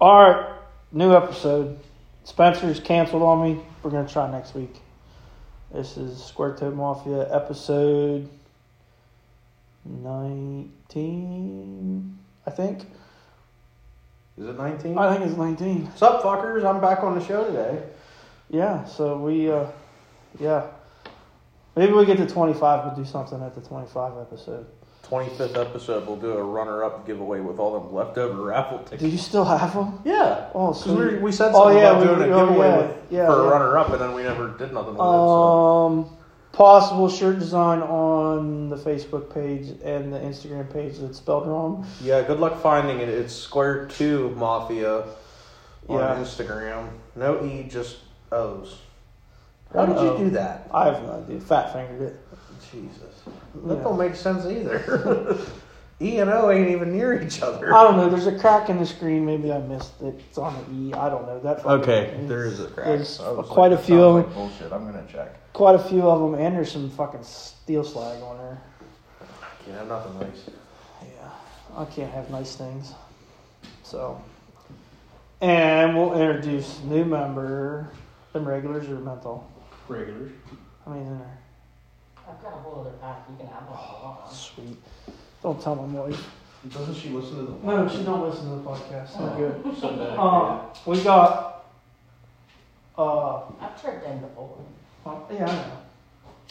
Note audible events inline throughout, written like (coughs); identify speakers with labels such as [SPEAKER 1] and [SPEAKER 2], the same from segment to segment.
[SPEAKER 1] All right, new episode. Spencer's canceled on me. We're gonna try next week. This is Square Toad Mafia episode nineteen, I think.
[SPEAKER 2] Is it 19?
[SPEAKER 1] I think it's nineteen.
[SPEAKER 2] What's up, fuckers? I'm back on the show today.
[SPEAKER 1] Yeah. So we, uh, yeah. Maybe we get to twenty five. We'll do something at the twenty five episode.
[SPEAKER 2] 25th episode, we'll do a runner up giveaway with all them leftover raffle
[SPEAKER 1] Do
[SPEAKER 2] tickets.
[SPEAKER 1] you still have them?
[SPEAKER 2] Yeah.
[SPEAKER 1] Oh,
[SPEAKER 2] Because
[SPEAKER 1] so
[SPEAKER 2] we,
[SPEAKER 1] you-
[SPEAKER 2] we said
[SPEAKER 1] oh,
[SPEAKER 2] something
[SPEAKER 1] yeah,
[SPEAKER 2] about
[SPEAKER 1] we-
[SPEAKER 2] doing a
[SPEAKER 1] oh,
[SPEAKER 2] giveaway
[SPEAKER 1] yeah,
[SPEAKER 2] with,
[SPEAKER 1] yeah,
[SPEAKER 2] for
[SPEAKER 1] yeah.
[SPEAKER 2] a runner up, and then we never did nothing with
[SPEAKER 1] Um, possible shirt design on the Facebook page and the Instagram page that's spelled wrong.
[SPEAKER 2] it. So. Yeah, good luck finding it. It's Square 2 Mafia on
[SPEAKER 1] Yeah.
[SPEAKER 2] Instagram. No E, just O's. How did
[SPEAKER 1] Uh-oh.
[SPEAKER 2] you do that?
[SPEAKER 1] I have no idea. Fat fingered it.
[SPEAKER 2] Jesus.
[SPEAKER 1] Yeah.
[SPEAKER 2] That don't make sense either. (laughs) e and O ain't even near each other.
[SPEAKER 1] I don't know. There's a crack in the screen. Maybe I missed it. It's on the E. I don't know. That fucking-
[SPEAKER 2] Okay, there is a crack.
[SPEAKER 1] There's
[SPEAKER 2] I was
[SPEAKER 1] quite
[SPEAKER 2] like,
[SPEAKER 1] a
[SPEAKER 2] that
[SPEAKER 1] few.
[SPEAKER 2] sounds like bullshit. I'm gonna check.
[SPEAKER 1] Quite a few of them, and there's some fucking steel slag on there.
[SPEAKER 2] Can't have nothing nice.
[SPEAKER 1] Yeah, I can't have nice things. So, and we'll introduce new member. Them regulars are mental.
[SPEAKER 3] regulars.
[SPEAKER 1] I mean, in there.
[SPEAKER 4] I've got a whole other pack. You can have one if you want.
[SPEAKER 1] Sweet. Don't tell my wife.
[SPEAKER 3] Doesn't she listen to the
[SPEAKER 1] No, she don't listen to the podcast. I'm good.
[SPEAKER 2] Oh.
[SPEAKER 3] she said that.
[SPEAKER 1] Um, we got. Uh,
[SPEAKER 4] I've tried them before.
[SPEAKER 1] well, Uh, yeah, I know.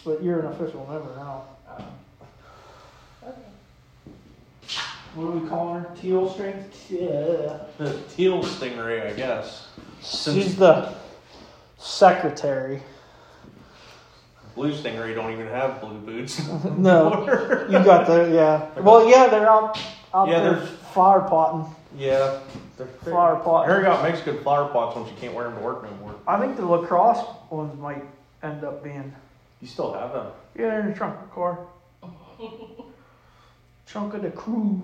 [SPEAKER 1] But you're an official member now. What do we call her? Teal string. Yeah.
[SPEAKER 2] The teal stingray, I guess.
[SPEAKER 1] She's the (laughs) secretary.
[SPEAKER 2] Blue stingray don't even have blue boots. (laughs)
[SPEAKER 1] (laughs) No, you got the yeah. Well, yeah, they're out out
[SPEAKER 2] Yeah,
[SPEAKER 1] there
[SPEAKER 2] they're-
[SPEAKER 1] flower potting.
[SPEAKER 2] yeah. They're,
[SPEAKER 1] Flower pot.
[SPEAKER 2] Harry got makes good flower pots once you can't wear them to work no more.
[SPEAKER 1] I think the lacrosse ones might end up being
[SPEAKER 2] You still have them.
[SPEAKER 1] yeah they're in the trunk of the car. (laughs) trunk of the cruise.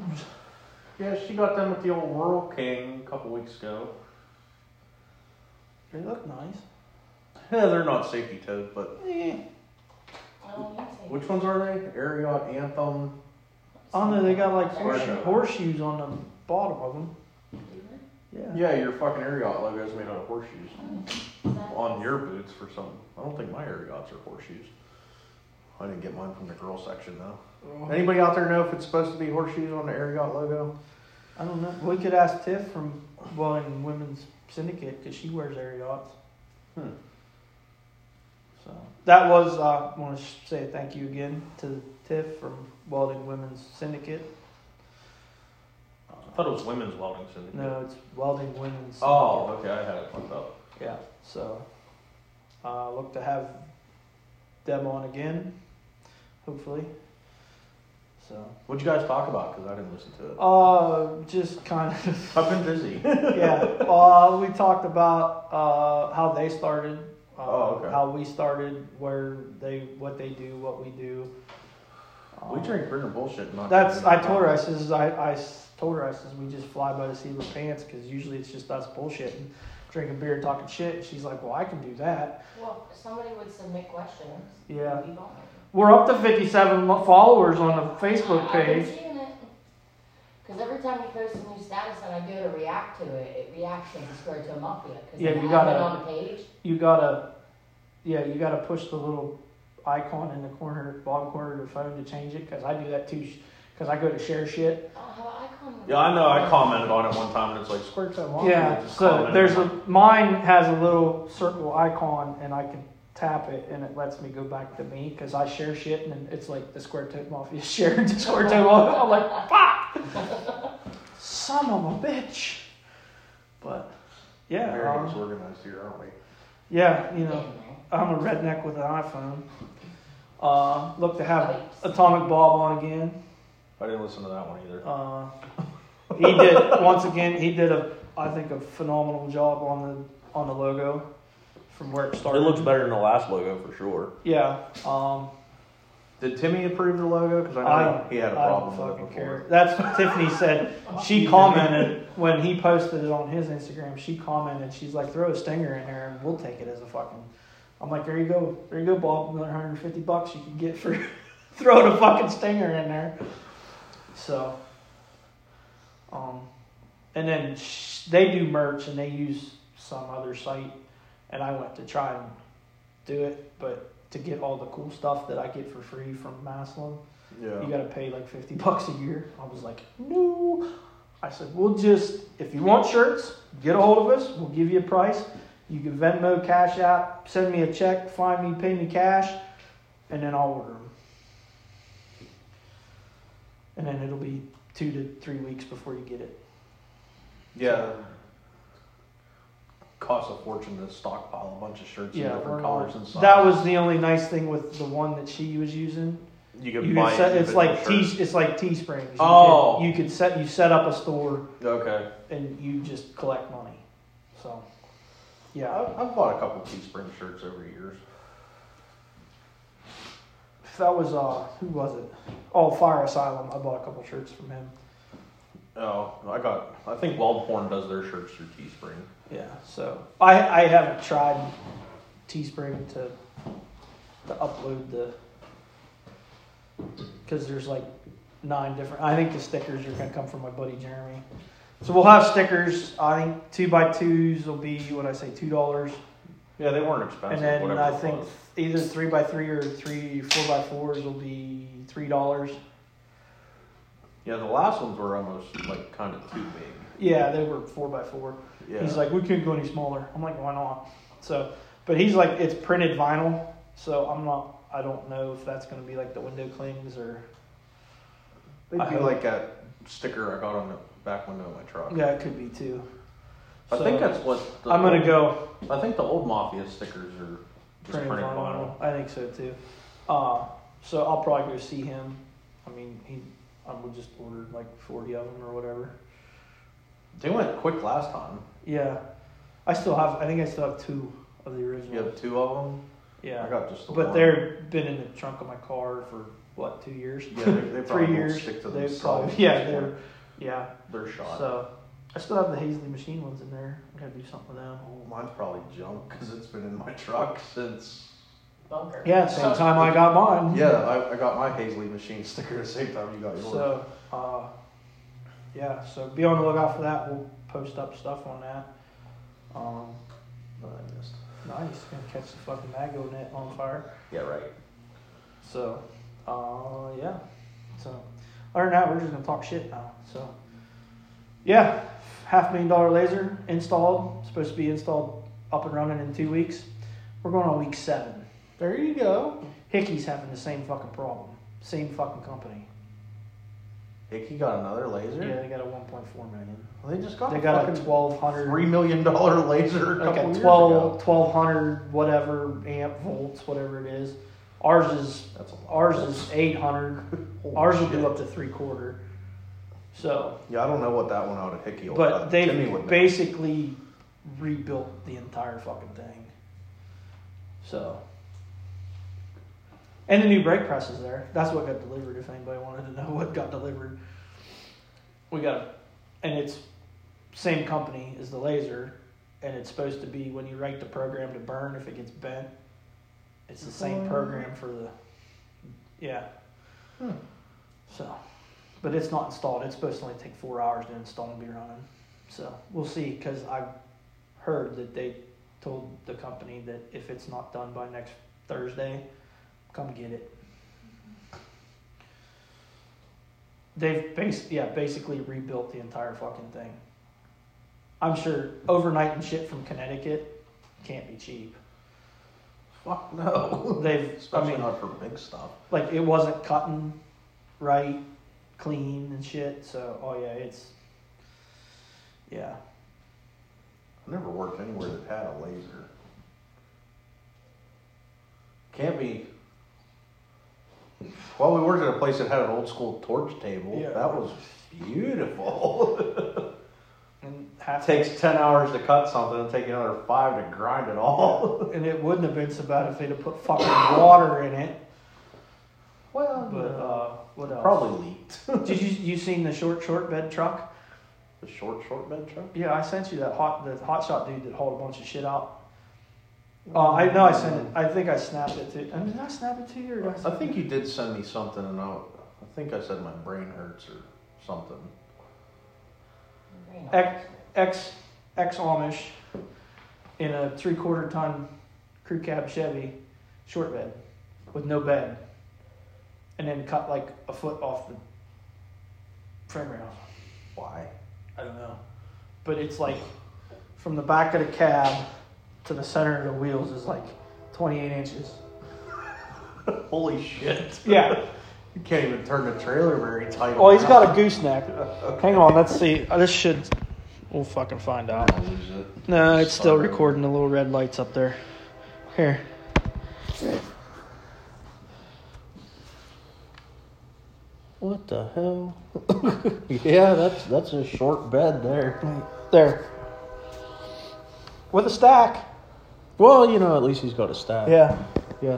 [SPEAKER 2] Yeah, she got them at the old Rural King a couple weeks ago.
[SPEAKER 1] They look nice.
[SPEAKER 2] Yeah, they're not safety toed, but
[SPEAKER 4] Well, you
[SPEAKER 2] which ones are they? Ariat Anthem.
[SPEAKER 1] Oh no, they got like
[SPEAKER 4] Square
[SPEAKER 1] horseshoe,
[SPEAKER 2] toe.
[SPEAKER 1] horseshoes on the bottom of them.
[SPEAKER 4] take
[SPEAKER 1] Yeah.
[SPEAKER 2] Yeah, your fucking Ariat logo is made out of horseshoes.
[SPEAKER 4] that.
[SPEAKER 2] On your boots for some. I don't think my Ariats are horseshoes. I didn't get mine from the girl section though. Anybody out there know if it's supposed to be horseshoes on the Ariat logo?
[SPEAKER 1] I don't know. We could ask Tiff from well in women's syndicate because she wears Ariats.
[SPEAKER 2] Hmm.
[SPEAKER 1] So that was. Uh, I want to say thank you again to Tiff from Welding Women's Syndicate.
[SPEAKER 2] I thought it was women's welding syndicate.
[SPEAKER 1] No, it's Welding Women's. Syndicate.
[SPEAKER 2] Oh, okay, I had it fucked up.
[SPEAKER 1] Yeah. So uh, look to have them on again, hopefully. So
[SPEAKER 2] What'd you guys talk about? Because I didn't listen to it.
[SPEAKER 1] uh, just kind of.
[SPEAKER 2] I've been busy.
[SPEAKER 1] yeah. Uh, we talked about uh, how they started, uh,
[SPEAKER 2] Oh, okay.
[SPEAKER 1] how we started, where they, what they do, what we do.
[SPEAKER 2] (laughs) we
[SPEAKER 1] Um,
[SPEAKER 2] drink beer and bullshit. Not
[SPEAKER 1] That's. I told her. I says. I, I s- told her. I says we just fly by the seat of our pants because usually it's just us bullshitting, drinking beer, and talking shit. And she's like, "Well, I can do that."
[SPEAKER 4] Well, if somebody would submit questions.
[SPEAKER 1] Yeah.
[SPEAKER 4] it'd be fine.
[SPEAKER 1] We're up to fifty-seven lo- followers on the Facebook
[SPEAKER 4] I've been
[SPEAKER 1] page.
[SPEAKER 4] seeing it. Cause every time you post a new status and I go to react to it, it reacts and it's squared to a mafia. 'Cause
[SPEAKER 1] Yeah,
[SPEAKER 4] then
[SPEAKER 1] you
[SPEAKER 4] I
[SPEAKER 1] gotta-
[SPEAKER 4] went on the page.
[SPEAKER 1] You gotta. Yeah, you gotta push the little icon in the corner, bottom corner of your phone to change it because I do that too. Because I go to share shit
[SPEAKER 4] I don't have an icon.
[SPEAKER 2] Yeah, I know. I commented on it one time, and it's like square to mafia.
[SPEAKER 1] Yeah,
[SPEAKER 2] Just
[SPEAKER 1] so
[SPEAKER 2] commented
[SPEAKER 1] there's
[SPEAKER 2] on
[SPEAKER 1] a,
[SPEAKER 2] it.
[SPEAKER 1] mine has a little circle icon and I can tap it and it lets me go back to me because I share shit and then it's like the Square Toad Mafia (laughs) shared the Square Toad Mafia. I'm like, fuck! Son of a bitch! But,
[SPEAKER 2] Very
[SPEAKER 1] yeah, um,
[SPEAKER 2] disorganized here, aren't we?
[SPEAKER 1] yeah, you know,
[SPEAKER 4] Anyway,
[SPEAKER 1] I'm a redneck with an iPhone. Uh, look to have Atomic Bob on again.
[SPEAKER 2] I didn't listen to that one either.
[SPEAKER 1] Uh, he
[SPEAKER 2] (laughs)
[SPEAKER 1] did once again. He did a, I think, a phenomenal job on the on the logo, from where it
[SPEAKER 2] it
[SPEAKER 1] started.
[SPEAKER 2] looks better than the last logo for sure.
[SPEAKER 1] Yeah. Um,
[SPEAKER 2] Did Timmy approve the logo? Because I know
[SPEAKER 1] I
[SPEAKER 2] he had a
[SPEAKER 1] I don't
[SPEAKER 2] problem with
[SPEAKER 1] fucking
[SPEAKER 2] it before.
[SPEAKER 1] care. That's what Tiffany said. She commented when he posted it on his Instagram. She commented. She's like, "Throw a stinger in there, and we'll take it as a fucking." I'm like, "There you go. There you go, Bob. Another 150 bucks you can get for (laughs) throwing a fucking stinger in there." So, um, And then sh- they do merch and they use some other site. And I went to try and do it, but to get all the cool stuff that I get for free from Maslin, you
[SPEAKER 2] Yeah.
[SPEAKER 1] got to pay like 50 bucks a year. I was like, no. I said, we'll just, if you want shirts, get a hold of us. We'll give you a price. You can Venmo, Cash App, send me a check, find me, pay me cash, and then I'll order them. And then it'll be two to three weeks before you get it.
[SPEAKER 2] Yeah. Costs a fortune to stockpile a bunch of shirts in
[SPEAKER 1] Yeah,
[SPEAKER 2] different
[SPEAKER 1] we're
[SPEAKER 2] colors and
[SPEAKER 1] not-
[SPEAKER 2] sizes.
[SPEAKER 1] that was the only nice thing with the one that she was using.
[SPEAKER 2] you
[SPEAKER 1] You
[SPEAKER 2] could buy
[SPEAKER 1] could set, it's like
[SPEAKER 2] individual
[SPEAKER 1] tea,
[SPEAKER 2] shirts.
[SPEAKER 1] it's like Teespring. You
[SPEAKER 2] Oh.
[SPEAKER 1] could, you could set you set up a store
[SPEAKER 2] Okay.
[SPEAKER 1] and you just collect money. So, yeah,
[SPEAKER 2] I've, I've bought a couple Teespring shirts over the years.
[SPEAKER 1] that was uh, who was it? Oh, Fire Asylum. I bought a couple shirts from him.
[SPEAKER 2] Oh, I got. I think Wild Porn does their shirts through Teespring.
[SPEAKER 1] Yeah, so I I haven't tried Teespring to to upload the because there's like nine different. I think the stickers are gonna come from my buddy Jeremy. So we'll have stickers. I think two by twos will be what I say two dollars,
[SPEAKER 2] Yeah, they weren't expensive.
[SPEAKER 1] and then
[SPEAKER 2] whatever
[SPEAKER 1] I
[SPEAKER 2] it
[SPEAKER 1] think
[SPEAKER 2] was.
[SPEAKER 1] either three by three or three four by fours will be three dollars.
[SPEAKER 2] Yeah, the last ones were almost like kind of too big.
[SPEAKER 1] Yeah, they were four by four.
[SPEAKER 2] Yeah.
[SPEAKER 1] He's like, we couldn't go any smaller. I'm like, why not? So, but he's like, it's printed vinyl, so I'm not. I don't know if that's gonna be like the window clings or
[SPEAKER 2] They'd
[SPEAKER 1] I
[SPEAKER 2] be
[SPEAKER 1] hope-
[SPEAKER 2] like that sticker I got on the back window of my truck.
[SPEAKER 1] yeah, it could be too.
[SPEAKER 2] I
[SPEAKER 1] So,
[SPEAKER 2] think that's what. The,
[SPEAKER 1] I'm gonna go
[SPEAKER 2] I think the old Mafia stickers are just
[SPEAKER 1] printed
[SPEAKER 2] printed vinyl.
[SPEAKER 1] vinyl. I think so too. Uh, so I'll probably go see him. I mean, he. I would just order like 40 of them or whatever.
[SPEAKER 2] They went quick last time.
[SPEAKER 1] Yeah, I still have. I think I still have two of the
[SPEAKER 2] You
[SPEAKER 1] original.
[SPEAKER 2] have two of them.
[SPEAKER 1] Yeah.
[SPEAKER 2] I got just the
[SPEAKER 1] But
[SPEAKER 2] one.
[SPEAKER 1] they've been in the trunk of my car for what two years?
[SPEAKER 2] Yeah,
[SPEAKER 1] (laughs)
[SPEAKER 2] they- they probably
[SPEAKER 1] three
[SPEAKER 2] won't
[SPEAKER 1] years.
[SPEAKER 2] stick to
[SPEAKER 1] They
[SPEAKER 2] themselves.
[SPEAKER 1] probably yeah they're yeah.
[SPEAKER 2] they're shot.
[SPEAKER 1] So I still have the Hazley machine ones in there. I gotta do something with them.
[SPEAKER 2] Oh, mine's probably junk because it's been in my truck since.
[SPEAKER 4] bunker.
[SPEAKER 1] Yeah, same time I got mine.
[SPEAKER 2] Yeah, I, I got my Hazley machine sticker the same time you got yours.
[SPEAKER 1] So uh, yeah, so be on the lookout for that. We'll post up stuff on that. Um,
[SPEAKER 2] That I missed.
[SPEAKER 1] nice, gonna catch the fucking mango net on fire.
[SPEAKER 2] Yeah, right.
[SPEAKER 1] So, uh, yeah. So, other than that, we're just gonna talk shit now. So, yeah, half million dollar laser installed. Supposed to be installed, up and running in two weeks. We're going on week seven.
[SPEAKER 2] There you go.
[SPEAKER 1] Hickey's having the same fucking problem. Same fucking company.
[SPEAKER 2] Hickey got another laser.
[SPEAKER 1] Yeah, they got a 1.4 million.
[SPEAKER 2] Well, they just got
[SPEAKER 1] They
[SPEAKER 2] a
[SPEAKER 1] got a
[SPEAKER 2] fucking
[SPEAKER 1] 1200.
[SPEAKER 2] three million dollar laser. A
[SPEAKER 1] like
[SPEAKER 2] couple
[SPEAKER 1] a
[SPEAKER 2] years
[SPEAKER 1] 12,
[SPEAKER 2] ago.
[SPEAKER 1] 1200 whatever amp volts whatever it is ours is
[SPEAKER 2] That's a lot.
[SPEAKER 1] ours is 800
[SPEAKER 2] (laughs) Holy
[SPEAKER 1] ours will
[SPEAKER 2] shit.
[SPEAKER 1] do up to three quarter so
[SPEAKER 2] Yeah, I don't know what that one out of Hickey. will- uh,
[SPEAKER 1] But
[SPEAKER 2] Timmy
[SPEAKER 1] they've
[SPEAKER 2] would know.
[SPEAKER 1] basically rebuilt the entire fucking thing. So. And the new brake press is there. That's what got delivered, if anybody wanted to know (laughs) what got delivered. We got a. And it's same company as the laser. And it's supposed to be when you write the program to burn, if it gets bent, it's the same program for the. Yeah.
[SPEAKER 2] Hmm.
[SPEAKER 1] So. But it's not installed. It's supposed to only take four hours to install and be running. So we'll see, because I heard that they told the company that if it's not done by next Thursday, come get it. They've bas- yeah, basically rebuilt the entire fucking thing. I'm sure overnight and shit from Connecticut can't be cheap.
[SPEAKER 2] Fuck no.
[SPEAKER 1] They've
[SPEAKER 2] Especially
[SPEAKER 1] I mean
[SPEAKER 2] not for big stuff.
[SPEAKER 1] like it wasn't cutting right, clean and shit. So oh yeah, it's yeah.
[SPEAKER 2] I never worked anywhere that had a laser. Can't be. Well, we worked at a place that had an old school torch table.
[SPEAKER 1] Yeah.
[SPEAKER 2] That was beautiful. (laughs)
[SPEAKER 1] And
[SPEAKER 2] it
[SPEAKER 1] half
[SPEAKER 2] takes 10 hours to cut something, it'll take you another five to grind it (laughs) all.
[SPEAKER 1] And it wouldn't have been so bad if they'd have put fucking water in it.
[SPEAKER 2] Well,
[SPEAKER 1] But uh, what else?
[SPEAKER 2] probably leaked.
[SPEAKER 1] Did you you seen the short short bed truck?
[SPEAKER 2] The short, short bed truck?
[SPEAKER 1] Yeah, I sent you that hot the hot shot dude that hauled a bunch of shit out. Oh, I know I sent it. I think I snapped it to. And did I snap it to you? Or did I,
[SPEAKER 2] I
[SPEAKER 1] send
[SPEAKER 2] think
[SPEAKER 1] it?
[SPEAKER 2] you did send me something, and I, I think I said my brain hurts or something.
[SPEAKER 4] green.
[SPEAKER 1] Ec- ex ex Amish in a three quarter ton crew cab Chevy short bed with no bed, and then cut like a foot off the frame rail.
[SPEAKER 2] Why? (laughs)
[SPEAKER 1] I don't know, but it's like from the back of the cab to the center of the wheels is like 28 inches.
[SPEAKER 2] Holy shit.
[SPEAKER 1] (laughs) Yeah.
[SPEAKER 2] (laughs) You can't even turn the trailer very tight.
[SPEAKER 1] Well, he's got a
[SPEAKER 2] around.
[SPEAKER 1] gooseneck. Hang on, let's see. Uh, This should. We'll fucking find out.
[SPEAKER 3] I'll lose it.
[SPEAKER 1] No, it's still recording the little red lights up there. Here.
[SPEAKER 5] What the hell? (laughs) yeah, that's that's a short bed there.
[SPEAKER 1] There. With a stack.
[SPEAKER 5] Well, you know, at least he's got a stack.
[SPEAKER 1] Yeah.
[SPEAKER 5] yeah.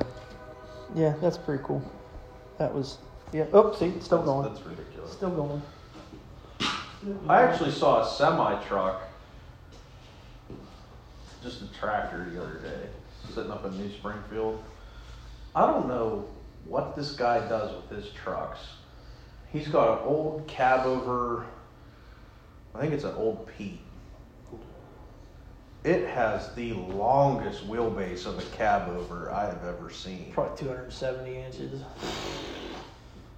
[SPEAKER 1] Yeah, that's pretty cool. That was. Yeah. Oops, see, it's still
[SPEAKER 2] That's-
[SPEAKER 1] going.
[SPEAKER 2] That's ridiculous.
[SPEAKER 1] Still going.
[SPEAKER 2] I actually saw a semi truck, just a tractor the other day, sitting up in New Springfield. I don't know what this guy does with his trucks. He's got an old cab over, I think it's an old Pete. It has the longest wheelbase of a cab over I have ever seen.
[SPEAKER 1] Probably 270 inches.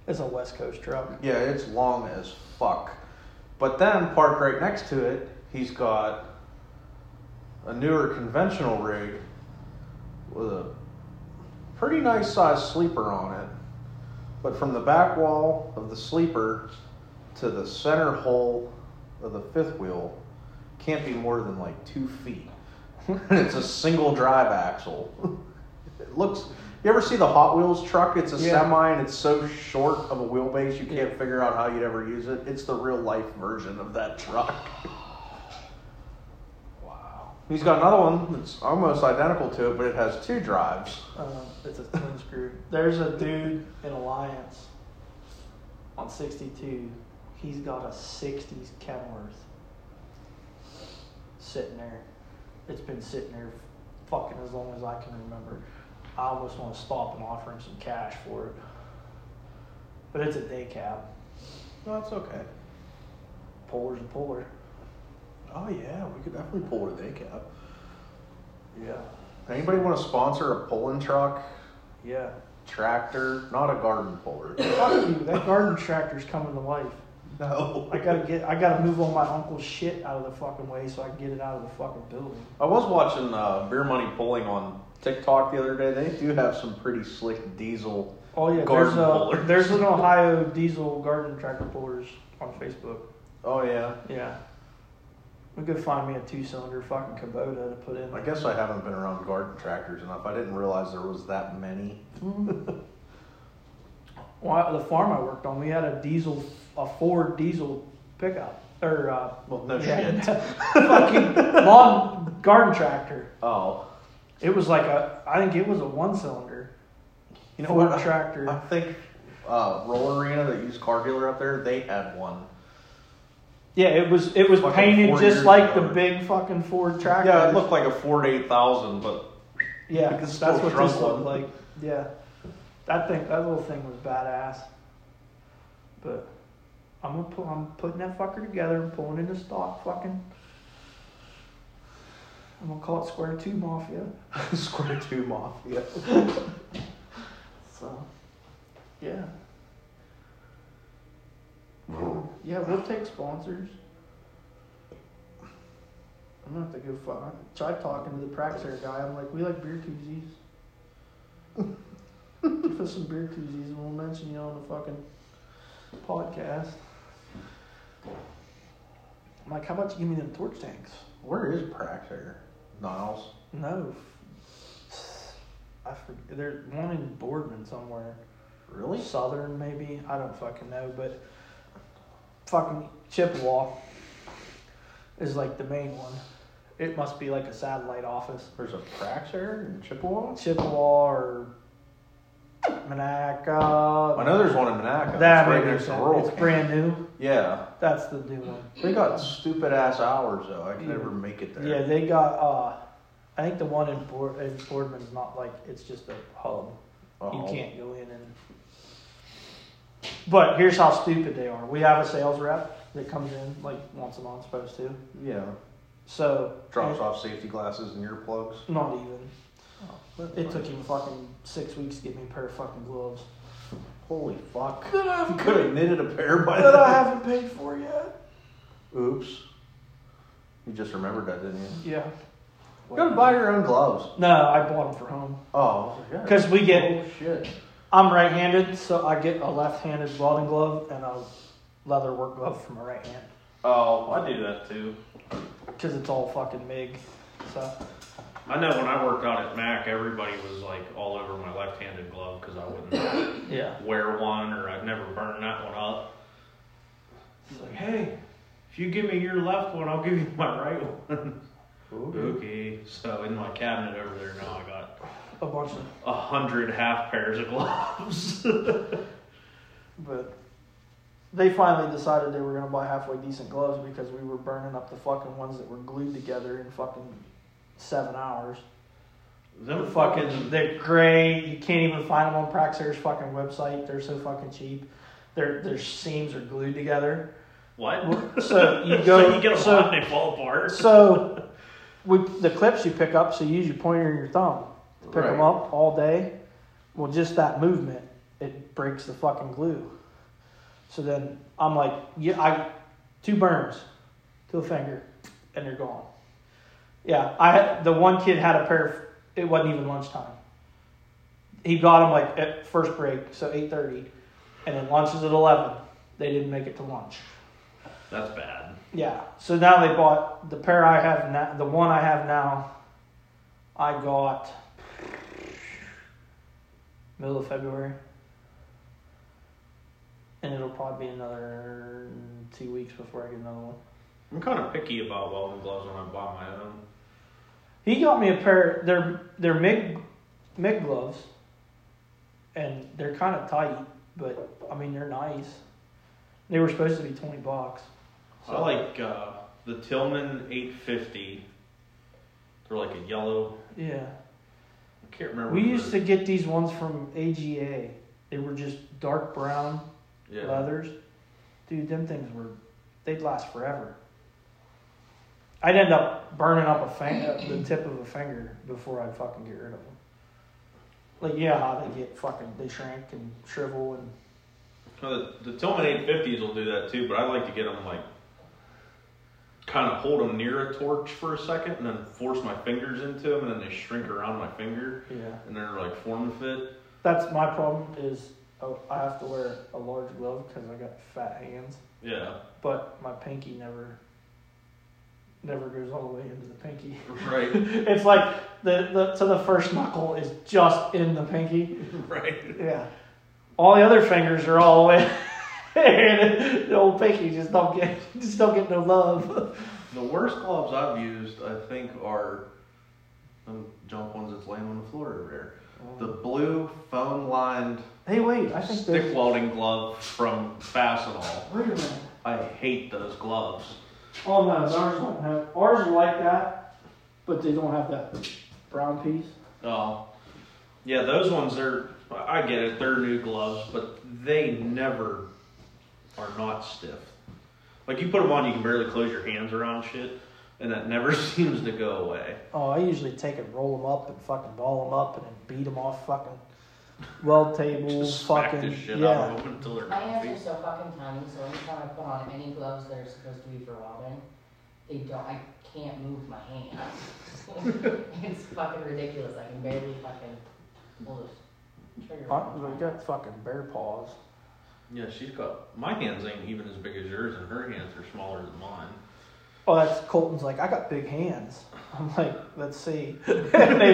[SPEAKER 1] It's a West Coast truck.
[SPEAKER 2] Yeah, it's long as fuck. But then parked right next to it, he's got a newer conventional rig with a pretty nice sized sleeper on it. But from the back wall of the sleeper to the center hole of the fifth wheel can't be more than like two feet. (laughs) it's a single drive axle. (laughs) It looks. You ever see the Hot Wheels truck? It's a
[SPEAKER 1] Yeah.
[SPEAKER 2] semi and it's so short of a wheelbase you can't
[SPEAKER 1] Yeah.
[SPEAKER 2] figure out how you'd ever use it. It's the real life version of that truck. wow. He's got another one that's almost identical to it, but it has two drives.
[SPEAKER 1] Um, it's a twin screw. There's a dude in Alliance on 62. He's got a 60s Kenworth sitting there. It's been sitting there fucking as long as I can remember. I almost want to stop and offer him some cash for it. But it's a day cab.
[SPEAKER 2] No, it's okay.
[SPEAKER 1] Puller's a puller.
[SPEAKER 2] Oh yeah, we could definitely pull it a day cab.
[SPEAKER 1] Yeah.
[SPEAKER 2] Anybody want to sponsor a pulling truck,
[SPEAKER 1] Yeah.
[SPEAKER 2] tractor, not a garden (laughs) puller?
[SPEAKER 1] Fuck you. That garden tractor's coming to life.
[SPEAKER 2] no.
[SPEAKER 1] I gotta get. I gotta move all my uncle's shit out of the fucking way so I can get it out of the fucking building.
[SPEAKER 2] I was watching uh, Beer Money Pulling on TikTok the other day. They do have some pretty slick diesel.
[SPEAKER 1] Oh yeah,
[SPEAKER 2] Garden
[SPEAKER 1] there's a
[SPEAKER 2] pullers.
[SPEAKER 1] there's an Ohio diesel garden tractor pullers on Facebook.
[SPEAKER 2] Oh yeah.
[SPEAKER 1] Yeah, we could find me a two cylinder fucking Kubota to put in.
[SPEAKER 2] I guess I haven't been around garden tractors enough. I didn't realize there was that many. (laughs)
[SPEAKER 1] Well, the farm I worked on, we had a diesel, a Ford diesel pickup or uh,
[SPEAKER 2] Well, no
[SPEAKER 1] yeah,
[SPEAKER 2] shit.
[SPEAKER 1] (laughs) fucking lawn garden tractor.
[SPEAKER 2] (laughs) Oh,
[SPEAKER 1] It was like a, I think it was a one cylinder.
[SPEAKER 2] you know
[SPEAKER 1] Ford
[SPEAKER 2] what?
[SPEAKER 1] tractor.
[SPEAKER 2] I think uh, Roll Arena, that used car dealer up there, they had one.
[SPEAKER 1] Yeah, it was it was
[SPEAKER 2] Fucking
[SPEAKER 1] painted
[SPEAKER 2] Ford
[SPEAKER 1] just
[SPEAKER 2] years
[SPEAKER 1] like
[SPEAKER 2] ago.
[SPEAKER 1] the big fucking Ford tractor.
[SPEAKER 2] Yeah, it looked like a Ford 8000, but
[SPEAKER 1] Yeah,
[SPEAKER 2] You could
[SPEAKER 1] that's
[SPEAKER 2] still
[SPEAKER 1] what this
[SPEAKER 2] drop
[SPEAKER 1] looked
[SPEAKER 2] one.
[SPEAKER 1] like. Yeah, that thing, that little thing was badass. But I'm gonna put, I'm putting that fucker together and pulling it into stock. Fucking, I'm gonna call it Square Two Mafia.
[SPEAKER 2] (laughs) Square 2 Mafia.
[SPEAKER 1] (laughs) So, yeah, yeah, we'll take sponsors. I'm gonna have to go find. Try talking to the Praxair guy. I'm like, we like beer koozies. Give us some beer koozies, and we'll mention you on the fucking podcast. I'm like, how about you give me them torch tanks?
[SPEAKER 2] Where is Praxair? Niles?
[SPEAKER 1] No, I forget. There's one in Boardman somewhere.
[SPEAKER 2] Really?
[SPEAKER 1] Southern, maybe. I don't fucking know, but fucking Chippewa is like the main one. It must be like a satellite office.
[SPEAKER 2] There's a Praxair in Chippewa?
[SPEAKER 1] Chippewa or Manaca.
[SPEAKER 2] I know there's one in Manaca.
[SPEAKER 1] That
[SPEAKER 2] it's right
[SPEAKER 1] makes
[SPEAKER 2] next to
[SPEAKER 1] sense.
[SPEAKER 2] Rural
[SPEAKER 1] It's
[SPEAKER 2] Camp.
[SPEAKER 1] brand new.
[SPEAKER 2] Yeah.
[SPEAKER 1] That's the new one.
[SPEAKER 2] They got stupid ass hours though. I can
[SPEAKER 1] Yeah.
[SPEAKER 2] never make it there.
[SPEAKER 1] Yeah, they got. uh I think the one in, Board, in Boardman's not like it's just a hub. You
[SPEAKER 2] Uh-oh.
[SPEAKER 1] can't go in and. But here's how stupid they are. We have a sales rep. that comes in like once a month, supposed to.
[SPEAKER 2] Yeah.
[SPEAKER 1] So
[SPEAKER 2] Drops off safety glasses and earplugs.
[SPEAKER 1] Not even.
[SPEAKER 2] That's
[SPEAKER 1] It took
[SPEAKER 2] nice.
[SPEAKER 1] him fucking six weeks to get me a pair of fucking gloves.
[SPEAKER 2] Holy fuck.
[SPEAKER 1] That
[SPEAKER 2] (laughs)
[SPEAKER 1] I
[SPEAKER 2] You
[SPEAKER 1] haven't
[SPEAKER 2] could have knitted a pair by
[SPEAKER 1] that I
[SPEAKER 2] then.
[SPEAKER 1] haven't paid for yet.
[SPEAKER 2] Oops. You just remembered that, didn't you?
[SPEAKER 1] Yeah.
[SPEAKER 2] You gotta buy your own gloves.
[SPEAKER 1] No, I bought them for home.
[SPEAKER 2] Oh, I was like, yeah.
[SPEAKER 1] Cause we get,
[SPEAKER 2] Oh, shit.
[SPEAKER 1] I'm right-handed, so I get a left-handed welding glove and a leather work glove for my right hand.
[SPEAKER 6] Oh, I do that too.
[SPEAKER 1] Cause it's all fucking MIG. So
[SPEAKER 6] I know when I worked out at Mac, everybody was like all over my left-handed glove because I wouldn't (coughs)
[SPEAKER 1] yeah.
[SPEAKER 6] wear one or I'd never burn that one up. It's like, hey, if you give me your left one, I'll give you my right one. (laughs)
[SPEAKER 2] Ooh.
[SPEAKER 6] okay. So in my cabinet over there now, I got
[SPEAKER 1] A bunch of,
[SPEAKER 6] a hundred half pairs of gloves. (laughs)
[SPEAKER 1] but they finally decided they were gonna buy halfway decent gloves because we were burning up the fucking ones that were glued together in fucking seven hours.
[SPEAKER 6] Them
[SPEAKER 1] fucking they're gray. You can't even find them on Praxair's fucking website. They're so fucking cheap. Their their seams are glued together.
[SPEAKER 6] what?
[SPEAKER 1] So you go.
[SPEAKER 6] (laughs) so you get a
[SPEAKER 1] so,
[SPEAKER 6] lot and they fall apart.
[SPEAKER 1] so with the clips you pick up, so you use your pointer and your thumb to pick them
[SPEAKER 2] Right.
[SPEAKER 1] up all day. Well, just that movement, it breaks the fucking glue. So then I'm like, yeah, I two burns to a finger, and they're gone. Yeah, I had- the one kid had a pair. Of, it wasn't even lunchtime. He got them like at first break, so eight thirty, and then lunch is at eleven. They didn't make it to lunch.
[SPEAKER 6] That's bad.
[SPEAKER 1] Yeah. So now they bought the pair I have now. The one I have now, I got middle of February, and it'll probably be another two weeks before I get another one.
[SPEAKER 6] I'm kind of picky about welding gloves when I buy my own.
[SPEAKER 1] He got me a pair. They're they're mig mig gloves, and they're kind of tight, but I mean they're nice. They were supposed to be twenty bucks.
[SPEAKER 6] I like uh, the Tillman 850. They're like a yellow.
[SPEAKER 1] Yeah.
[SPEAKER 6] I can't remember.
[SPEAKER 1] We
[SPEAKER 6] the-
[SPEAKER 1] used to get these ones from AGA. They were just dark brown
[SPEAKER 6] Yeah.
[SPEAKER 1] leathers. Dude, them things were, they'd last forever. I'd end up burning up a finger, the tip of a finger before I'd fucking get rid of them. Like, yeah, how they get fucking, they shrink and shrivel and,
[SPEAKER 6] No, the, the Tillman 850s will do that too, but I like to get them like kind of hold them near a torch for a second and then force my fingers into them and then they shrink around my finger
[SPEAKER 1] yeah.
[SPEAKER 6] and they're like form fit.
[SPEAKER 1] That's my problem is oh, I have to wear a large glove because I got fat hands,
[SPEAKER 6] Yeah. (laughs)
[SPEAKER 1] but my pinky never, never goes all the way into the pinky.
[SPEAKER 6] Right.
[SPEAKER 1] (laughs)
[SPEAKER 6] (laughs)
[SPEAKER 1] It's like the, the so the first knuckle is just in the pinky.
[SPEAKER 6] right.
[SPEAKER 1] Yeah. All the other fingers are all in. (laughs) and the old pinky just don't get just don't get no love. (laughs)
[SPEAKER 2] The worst gloves I've used, I think, are them junk ones that's laying on the floor over there. The blue foam lined
[SPEAKER 1] Hey wait, I think
[SPEAKER 6] Stick
[SPEAKER 1] there's
[SPEAKER 6] welding glove from Fastenal.
[SPEAKER 1] wait a minute.
[SPEAKER 6] I hate those gloves.
[SPEAKER 1] Oh no, ours don't have ours are like that, but they don't have that brown piece.
[SPEAKER 6] Oh, yeah, those ones are. I get it. They're new gloves, but they never are not stiff. Like you put them on, you can barely close your hands around shit, and that never (laughs) seems to go away.
[SPEAKER 1] Oh, I usually take it, roll them up, and fucking ball them up, and then beat them off fucking weld tables,
[SPEAKER 6] Just smack
[SPEAKER 1] fucking
[SPEAKER 6] the shit out
[SPEAKER 1] yeah.
[SPEAKER 6] of them until they're
[SPEAKER 4] My hands
[SPEAKER 6] comfy.
[SPEAKER 4] are so fucking tiny, so anytime I put on any gloves that are supposed to be for welding, they don't, I can't move my hands. (laughs) It's fucking ridiculous, I can barely fucking pull this trigger.
[SPEAKER 1] I, Uh, we got fucking bear paws.
[SPEAKER 6] Yeah, she's got. My hands ain't even as big as yours, and her hands are smaller than mine.
[SPEAKER 1] Oh, that's Colton's like, I got big hands. I'm like, let's see.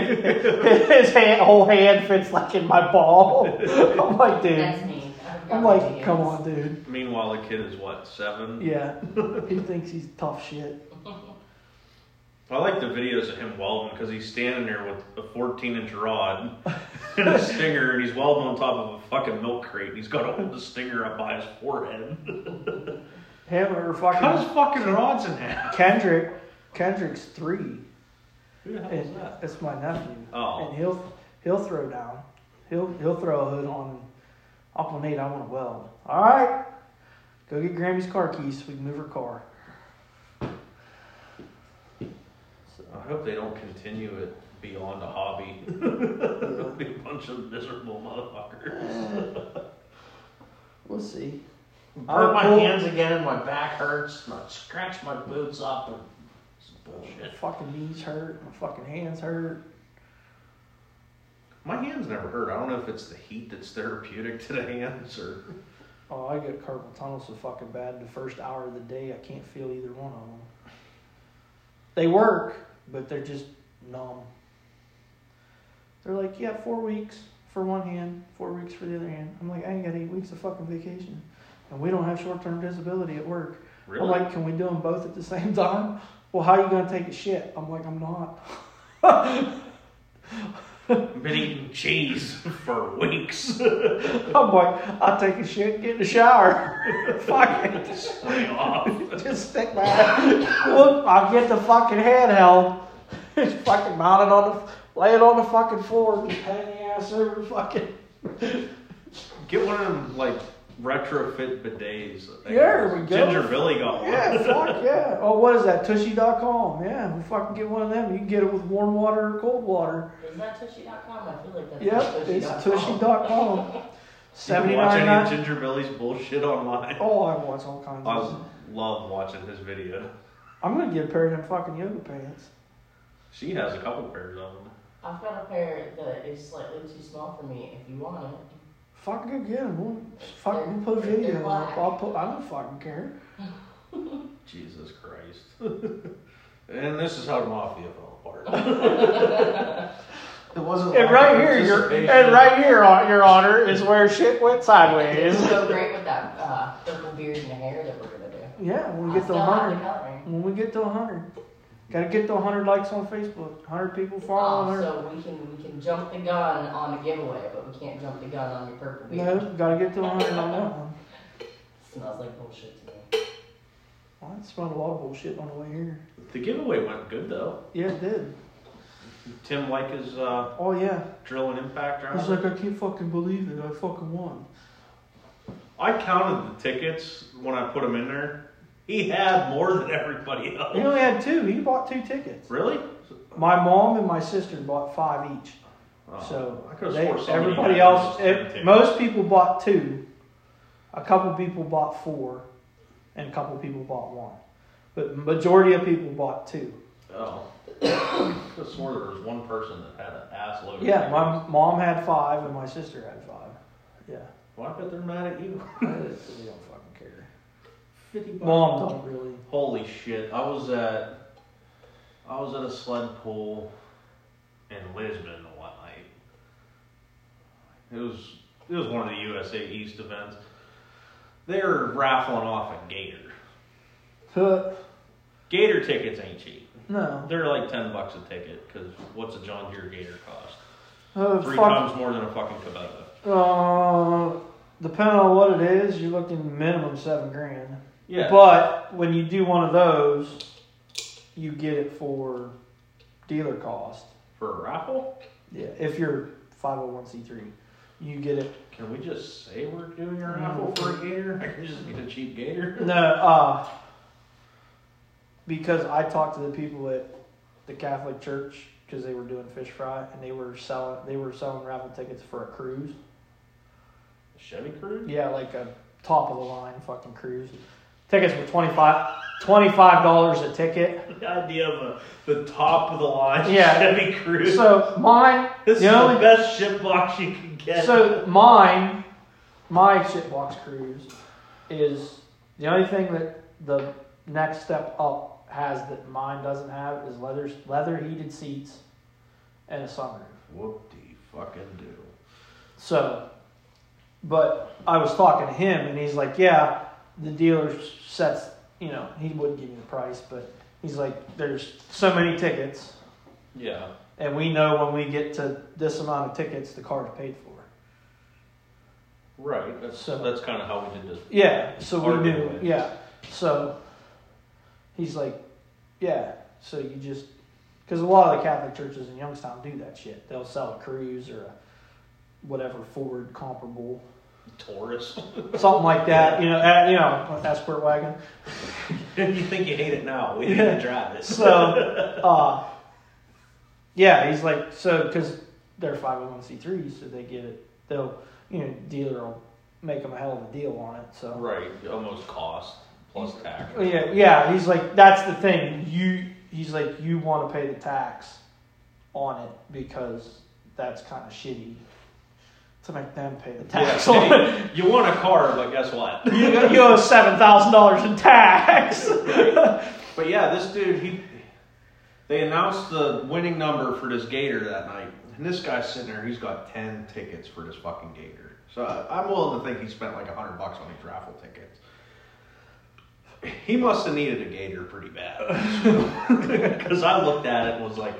[SPEAKER 1] His hand, whole hand fits like in my ball. I'm like,
[SPEAKER 4] That's
[SPEAKER 1] dude.
[SPEAKER 4] me. I've got
[SPEAKER 1] I'm
[SPEAKER 4] my
[SPEAKER 1] like,
[SPEAKER 4] hands.
[SPEAKER 1] come on, dude.
[SPEAKER 6] Meanwhile, the kid is what seven.
[SPEAKER 1] Yeah. He thinks he's tough shit.
[SPEAKER 6] I like the videos of him welding because he's standing there with a 14 inch rod (laughs) and a stinger, and he's welding on top of a fucking milk crate, and he's got to hold the stinger up by his forehead.
[SPEAKER 1] Him or
[SPEAKER 6] Cut
[SPEAKER 1] fucking
[SPEAKER 6] his fucking rods in half.
[SPEAKER 1] Kendrick. Kendrick's three.
[SPEAKER 6] Who the hell is
[SPEAKER 1] And
[SPEAKER 6] that?
[SPEAKER 1] it's my nephew.
[SPEAKER 6] Oh.
[SPEAKER 1] And he'll he'll throw down. He'll he'll throw a hood on Uncle Nate, I want to weld. Alright. Go get Grammy's car keys. so We can move her car.
[SPEAKER 6] I hope they don't continue it beyond a (laughs) hobby. It'll be a bunch of miserable motherfuckers.
[SPEAKER 1] We'll see.
[SPEAKER 2] I
[SPEAKER 6] Hurt my
[SPEAKER 2] pulled-
[SPEAKER 6] hands again and my back hurts and I scratch my boots up and it's bullshit.
[SPEAKER 1] fucking knees hurt. My fucking hands hurt.
[SPEAKER 6] My hands never hurt. I don't know if it's the heat that's therapeutic to the hands or
[SPEAKER 1] Oh, I get carpal tunnel so fucking bad. The first hour of the day, I can't feel either one of them. They work, but they're just numb. They're like, yeah, four weeks for one hand, four weeks for the other hand. I'm like, I ain't got eight weeks of fucking vacation, and we don't have short-term disability at work.
[SPEAKER 6] really.
[SPEAKER 1] I'm like, can we do them both at the same (laughs) time? Well, how you gonna take a shit? I'm like, I'm not. (laughs)
[SPEAKER 6] been eating cheese for weeks.
[SPEAKER 1] I'm like, I'll take a shit, and get in the shower. (laughs) Fuck it.
[SPEAKER 6] Way off.
[SPEAKER 1] Just stick my Look, I'll get the fucking handheld. Just fucking mount it on the, lay it on the fucking floor, just hang the ass over the fucking.
[SPEAKER 6] Get one of them like retrofit bidets. I think.
[SPEAKER 1] There we go.
[SPEAKER 6] Ginger Billy got one.
[SPEAKER 1] Yeah, fuck yeah. Oh, what is that? Tushy.com. Yeah, we fucking get one of them. You can get it with warm water or cold water.
[SPEAKER 4] Is that tushy.com? I feel like that's
[SPEAKER 1] Yep,
[SPEAKER 4] not
[SPEAKER 1] it's
[SPEAKER 4] tushy.com.
[SPEAKER 1] tushy.com.
[SPEAKER 6] You can watch any of
[SPEAKER 1] 79
[SPEAKER 6] Ginger Billy's bullshit online.
[SPEAKER 1] Oh, I watch all kinds
[SPEAKER 6] I
[SPEAKER 1] of stuff.
[SPEAKER 6] love watching his video.
[SPEAKER 1] I'm gonna get a pair of them fucking yoga pants.
[SPEAKER 6] She has a couple pairs of them.
[SPEAKER 4] I've got a pair that is slightly too small for me. If you want it,
[SPEAKER 1] Fucking go get them. We'll, fucking we'll put
[SPEAKER 4] They're- they're
[SPEAKER 1] videos up.
[SPEAKER 4] black.
[SPEAKER 1] I'll put, I don't fucking care.
[SPEAKER 6] Jesus Christ. (laughs) and this is how the mafia fell apart.
[SPEAKER 2] It wasn't.
[SPEAKER 1] And
[SPEAKER 2] lack
[SPEAKER 1] right
[SPEAKER 2] of
[SPEAKER 1] here, your
[SPEAKER 2] participation.
[SPEAKER 1] and right here, Hon- your honor, is where shit went sideways.
[SPEAKER 4] it's so great with that uh, purple beard and the hair that we're gonna do.
[SPEAKER 1] (laughs) Yeah, when
[SPEAKER 4] I
[SPEAKER 1] we get to
[SPEAKER 4] still have the
[SPEAKER 1] hundred,
[SPEAKER 4] coloring.
[SPEAKER 1] when we get to hundred, gotta get to hundred likes on Facebook, hundred people following
[SPEAKER 4] Oh,
[SPEAKER 1] her.
[SPEAKER 4] so we can we can jump the gun on the giveaway, but we can't jump the gun on your purple beard.
[SPEAKER 1] No, gotta get to hundred on that one.
[SPEAKER 4] Smells like bullshit to me.
[SPEAKER 1] Well, I smelled a lot of bullshit on the way here.
[SPEAKER 6] the giveaway went good though.
[SPEAKER 1] Yeah, it did.
[SPEAKER 6] Tim like his uh,
[SPEAKER 1] Oh yeah,
[SPEAKER 6] drill and impact
[SPEAKER 1] I was
[SPEAKER 6] driver.
[SPEAKER 1] like, I can't fucking believe it. I fucking won.
[SPEAKER 6] I counted the tickets when I put them in there. He had more than everybody else.
[SPEAKER 1] He only had two. He bought two tickets.
[SPEAKER 6] Really?
[SPEAKER 1] My mom and my sister bought five each.
[SPEAKER 6] Oh,
[SPEAKER 1] So
[SPEAKER 6] I could
[SPEAKER 1] they,
[SPEAKER 6] have sworn somebody
[SPEAKER 1] everybody
[SPEAKER 6] had
[SPEAKER 1] else,
[SPEAKER 6] those
[SPEAKER 1] ev-
[SPEAKER 6] tickets.
[SPEAKER 1] most people bought two. A couple people bought four, and a couple people bought one. But majority of people bought two.
[SPEAKER 6] Oh. (coughs) I could have sworn there was one person that had an ass load. of
[SPEAKER 1] Yeah,
[SPEAKER 6] tickets.
[SPEAKER 1] my mom had five, and my sister had five. Yeah,
[SPEAKER 6] Well, I bet they're mad at you. (laughs)
[SPEAKER 1] I really don't fucking care.
[SPEAKER 6] 50 bucks.
[SPEAKER 1] Mom don't really.
[SPEAKER 6] Holy shit! I was at I was at a sled pool in Lisbon one night. It was it was one of the USA East events. They were raffling off a gator.
[SPEAKER 1] Huh,
[SPEAKER 6] Gator tickets ain't cheap.
[SPEAKER 1] no,
[SPEAKER 6] They're like ten bucks a ticket because what's a John Deere gator cost?
[SPEAKER 1] uh,
[SPEAKER 6] Three
[SPEAKER 1] fuck.
[SPEAKER 6] times more than a fucking Kubota.
[SPEAKER 1] Uh, depending on what it is, you're looking minimum seven grand.
[SPEAKER 6] Yeah,
[SPEAKER 1] But when you do one of those, you get it for dealer cost.
[SPEAKER 6] for a raffle,
[SPEAKER 1] Yeah. If you're 501c3, you get it.
[SPEAKER 6] can we just say we're doing a raffle for a gator? (laughs) I can just get a cheap gator.
[SPEAKER 1] No, uh, because I talked to the people at the Catholic Church because they were doing fish fry and they were selling they were selling raffle tickets for a cruise.
[SPEAKER 6] Chevy Cruze.
[SPEAKER 1] Yeah, like a top of the line fucking cruise. Tickets were 25 dollars a ticket.
[SPEAKER 6] The idea of a, the top of the line
[SPEAKER 1] Yeah.
[SPEAKER 6] Chevy Cruze.
[SPEAKER 1] So mine,
[SPEAKER 6] this
[SPEAKER 1] the
[SPEAKER 6] is
[SPEAKER 1] only
[SPEAKER 6] the best shit box you can get.
[SPEAKER 1] So mine, my shitbox cruise is the only thing that the next step up has that mine doesn't have is leather leather heated seats and a sunroof.
[SPEAKER 6] whoop de fucking do.
[SPEAKER 1] So, but I was talking to him and he's like, yeah, the dealer sets. You know, he wouldn't give me the price, but he's like, there's so many tickets,
[SPEAKER 6] Yeah.
[SPEAKER 1] and we know when we get to this amount of tickets, the car's paid for.
[SPEAKER 6] Right. That's
[SPEAKER 1] So-
[SPEAKER 6] that's kind of how we did this.
[SPEAKER 1] Yeah, so
[SPEAKER 6] Or
[SPEAKER 1] we
[SPEAKER 6] anyway.
[SPEAKER 1] do. Yeah, so he's like, yeah, so you just because a lot of the Catholic churches in Youngstown do that shit. They'll sell a cruise or a whatever Ford comparable
[SPEAKER 6] (laughs) Taurus.
[SPEAKER 1] something like that. You know, at, you know, escort wagon.
[SPEAKER 6] you think you hate it now? We didn't drive it. (laughs)
[SPEAKER 1] So, uh, yeah, he's like, so because they're five hundred one c three, so they get it. They'll, you know, dealer will make them a hell of a deal on it. So
[SPEAKER 6] right, almost cost plus tax.
[SPEAKER 1] Well, Oh, Yeah, yeah. He's like, that's the thing. You, he's like, you want to pay the tax on it because that's kind of shitty to make them pay the tax
[SPEAKER 6] Yeah,
[SPEAKER 1] on
[SPEAKER 6] (laughs)
[SPEAKER 1] it.
[SPEAKER 6] hey, you want a car, but guess what?
[SPEAKER 1] You, you owe seven thousand dollars in
[SPEAKER 6] (laughs)
[SPEAKER 1] tax. (laughs)
[SPEAKER 6] But yeah, this dude, he they announced the winning number for this gator that night. And this guy's sitting there, he's got 10 tickets for this fucking gator. So I- I'm willing to think he spent like 100 bucks on these raffle tickets. He must have needed a gator pretty (laughs) bad. Because I looked at it and was like,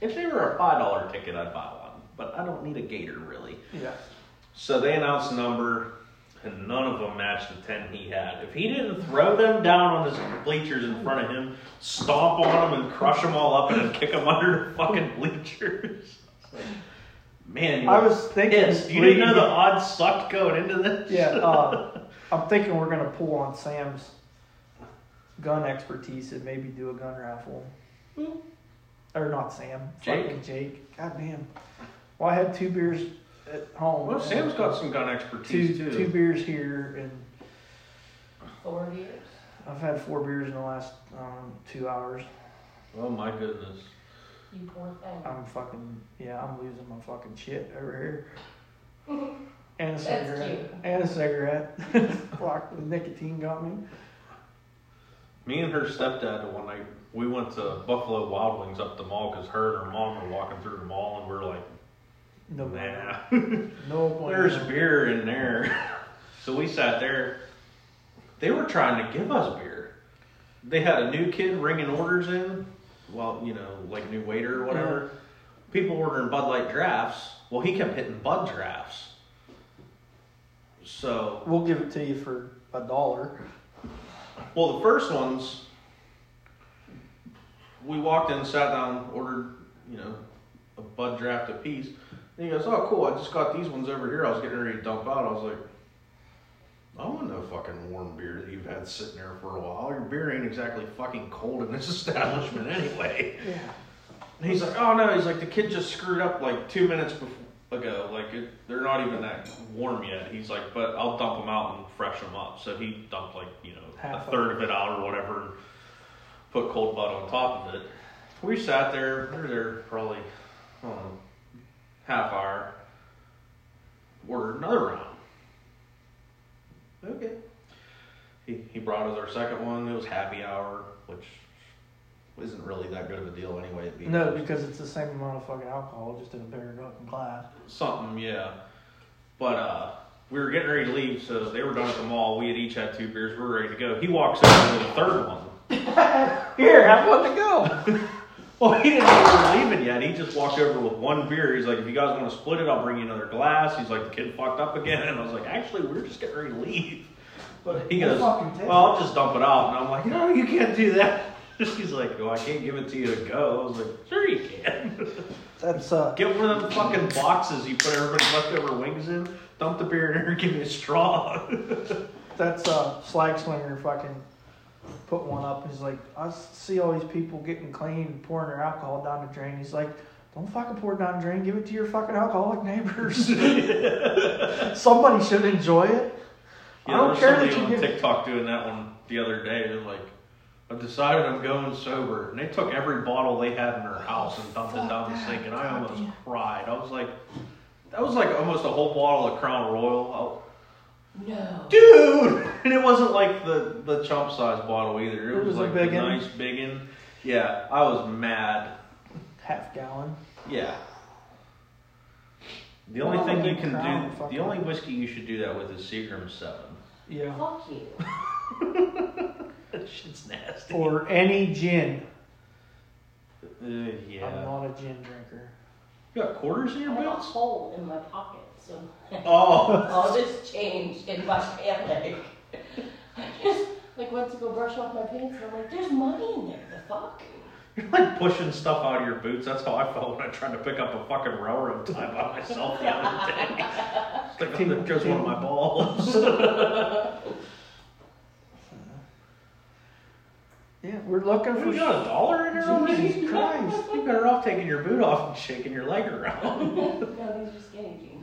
[SPEAKER 6] if they were a $5 ticket, I'd buy one. But I don't need a gator really.
[SPEAKER 1] yeah.
[SPEAKER 6] So they announced the number, and none of them matched the 10 he had. If he didn't throw them down on his bleachers in front of him, stomp on them and crush them all up, and then kick them (laughs) under the fucking bleachers. Man, you
[SPEAKER 1] I
[SPEAKER 6] were
[SPEAKER 1] was thinking
[SPEAKER 6] pissed. You didn't know the
[SPEAKER 1] leading-
[SPEAKER 6] odds sucked going into this?
[SPEAKER 1] Yeah, uh, I'm thinking we're gonna pull on Sam's gun expertise and maybe do a gun raffle. Or not Sam,
[SPEAKER 6] Jake.
[SPEAKER 1] fucking Jake. God damn. Well, I had two beers at home.
[SPEAKER 6] Well, Sam's got some gun
[SPEAKER 1] two
[SPEAKER 6] expertise too.
[SPEAKER 1] two beers here, and
[SPEAKER 4] Four years.
[SPEAKER 1] I've had four beers in the last um, two hours.
[SPEAKER 6] Oh my goodness.
[SPEAKER 4] You poor thing.
[SPEAKER 1] I'm fucking yeah, I'm losing my fucking shit over here.
[SPEAKER 4] (laughs)
[SPEAKER 1] And a
[SPEAKER 4] That's
[SPEAKER 1] cigarette.
[SPEAKER 4] cute.
[SPEAKER 1] And a cigarette. (laughs) Fuck, the nicotine got me.
[SPEAKER 6] Me and her stepdad, one night, we went to Buffalo Wild Wings up the mall because her and her mom were walking through the mall, and we were like,
[SPEAKER 1] No,
[SPEAKER 6] (laughs) nah.
[SPEAKER 1] no point.
[SPEAKER 6] There's beer in there. (laughs) So we sat there. They were trying to give us beer. They had a new kid ringing orders in. Well, you know, like new waiter or whatever. People ordering Bud Light drafts. Well, he kept hitting Bud drafts. So,
[SPEAKER 1] We'll give it to you for a dollar.
[SPEAKER 6] well, the first ones, we walked in, sat down, ordered, you know, a Bud draft apiece. And he goes, "Oh, cool! I just got these ones over here. I was getting ready to dump out. I was like, I want no fucking warm beer that you've had sitting there for a while. Your beer ain't exactly fucking cold in this (laughs) establishment anyway."
[SPEAKER 1] Yeah.
[SPEAKER 6] And he's like, "Oh no!" He's like, "The kid just screwed up like two minutes bef- ago. Like it, they're not even that warm yet." He's like, "But I'll dump them out and fresh them up." So he dumped like you know
[SPEAKER 1] Half
[SPEAKER 6] a
[SPEAKER 1] of
[SPEAKER 6] third of it out or whatever, and put cold butt on top of it. We sat there. We were there probably I don't know, half hour. Ordered another round. Okay. He he brought us our second one. It was happy hour, which isn't really that good of a deal anyway. it'd be-
[SPEAKER 1] No, because it's the same amount of fucking alcohol, just in a bigger fucking glass.
[SPEAKER 6] something, yeah. But uh, we were getting ready to leave, so they were done at the mall. We had each had two beers. We were ready to go. He walks over to the third one.
[SPEAKER 1] (laughs) Here, have one to go.
[SPEAKER 6] Well, he didn't know we were leaving yet. He just walked over with one beer. He's like, if you guys want to split it, I'll bring you another glass. He's like, the kid fucked up again. And I was like, actually, we we're just getting ready to leave. (laughs) But he
[SPEAKER 1] We'll
[SPEAKER 6] goes,
[SPEAKER 1] fucking take
[SPEAKER 6] well, I'll just dump it out. And I'm like, no, you can't do that. (laughs) He's like, well, I can't give it to you to go. I was like, sure you can. (laughs)
[SPEAKER 1] That's uh,
[SPEAKER 6] Get one of them fucking boxes you put everybody's leftover wings in, dump the beer in there, and give me a straw. (laughs)
[SPEAKER 1] that's uh, slag slinger fucking put one up. He's like, I see all these people getting clean and pouring their alcohol down the drain. He's like, don't fucking pour it down the drain. Give it to your fucking alcoholic
[SPEAKER 6] (laughs)
[SPEAKER 1] neighbors. Somebody should enjoy it. I
[SPEAKER 6] Yeah, there
[SPEAKER 1] don't
[SPEAKER 6] was
[SPEAKER 1] care
[SPEAKER 6] somebody
[SPEAKER 1] that you
[SPEAKER 6] on
[SPEAKER 1] give.
[SPEAKER 6] TikTok doing that one the other day. They're like, I decided I'm going sober, and they took every bottle they had in their house and dumped it down the sink, and I almost cried. I was like, that was like almost a whole bottle of Crown Royal,
[SPEAKER 1] Oh.
[SPEAKER 4] No.
[SPEAKER 6] I- dude. (laughs) And it wasn't like the the chump size bottle either. It,
[SPEAKER 1] It
[SPEAKER 6] was,
[SPEAKER 1] was a
[SPEAKER 6] like
[SPEAKER 1] big
[SPEAKER 6] the
[SPEAKER 1] un.
[SPEAKER 6] nice biggin. Yeah, I was mad.
[SPEAKER 1] Half gallon.
[SPEAKER 6] Yeah. The
[SPEAKER 1] Well,
[SPEAKER 6] only thing
[SPEAKER 1] like
[SPEAKER 6] you
[SPEAKER 1] a
[SPEAKER 6] can
[SPEAKER 1] Crown
[SPEAKER 6] do,
[SPEAKER 1] fucking-
[SPEAKER 6] the only whiskey you should do that with is Seagram Seven.
[SPEAKER 1] Yeah.
[SPEAKER 4] Fuck you.
[SPEAKER 6] (laughs) That shit's nasty.
[SPEAKER 1] Or any gin.
[SPEAKER 6] Uh, yeah.
[SPEAKER 1] I'm not a gin drinker.
[SPEAKER 6] You got quarters in
[SPEAKER 4] I
[SPEAKER 6] your
[SPEAKER 4] have a
[SPEAKER 6] belts?
[SPEAKER 4] hole in my pocket, so
[SPEAKER 6] Oh. (laughs)
[SPEAKER 4] all this change in my pant leg. I just like went to go brush off my pants, and I'm like, "There's money in there. The fuck."
[SPEAKER 6] You're like pushing stuff out of your boots. That's how I felt when I tried to pick up a fucking railroad tie by myself the other (laughs) day. It's like, oh, there goes one of my (laughs) balls.
[SPEAKER 1] Yeah, we're looking
[SPEAKER 6] we
[SPEAKER 1] for.
[SPEAKER 6] got a dollar in there already? (laughs)
[SPEAKER 1] Jesus Christ.
[SPEAKER 6] You're better off taking your boot off and shaking your leg around.
[SPEAKER 4] No, these are skinny jeans.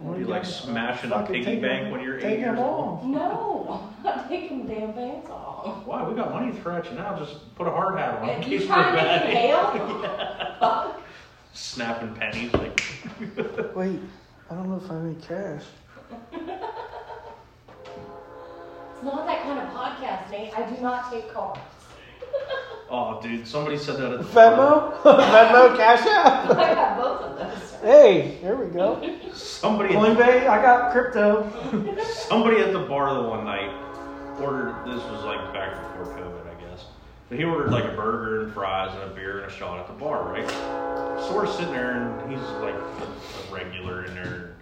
[SPEAKER 1] Wanna
[SPEAKER 6] You
[SPEAKER 1] get
[SPEAKER 6] like
[SPEAKER 1] them-
[SPEAKER 6] smashing a
[SPEAKER 1] fucking
[SPEAKER 6] piggy
[SPEAKER 1] take them-
[SPEAKER 6] bank when you're eight
[SPEAKER 1] Take
[SPEAKER 6] years
[SPEAKER 1] them
[SPEAKER 6] old.
[SPEAKER 1] off.
[SPEAKER 4] No, I'm not taking the damn pants off.
[SPEAKER 6] Why? We got money to throw at you now. Just put a hard hat on. in
[SPEAKER 4] You
[SPEAKER 6] case
[SPEAKER 4] trying
[SPEAKER 6] we're
[SPEAKER 4] to
[SPEAKER 6] bad.
[SPEAKER 4] get bail? Fuck.
[SPEAKER 6] Snapping pennies like
[SPEAKER 1] Wait, I don't know if I have any cash.
[SPEAKER 4] It's not that kind of podcast, Nate. I do not take cards.
[SPEAKER 6] Oh, dude, somebody said that at the
[SPEAKER 1] Venmo, (laughs) Venmo, Cash App.
[SPEAKER 4] (laughs) I got both of those.
[SPEAKER 1] Hey, there we go.
[SPEAKER 6] bar. Somebody,
[SPEAKER 1] Coinbase, I got crypto.
[SPEAKER 6] somebody at the bar the one night ordered. This was like back before COVID, I guess. But he ordered like a burger and fries and a beer and a shot at the bar, right? So we're sitting there, and he's like a, a regular in there.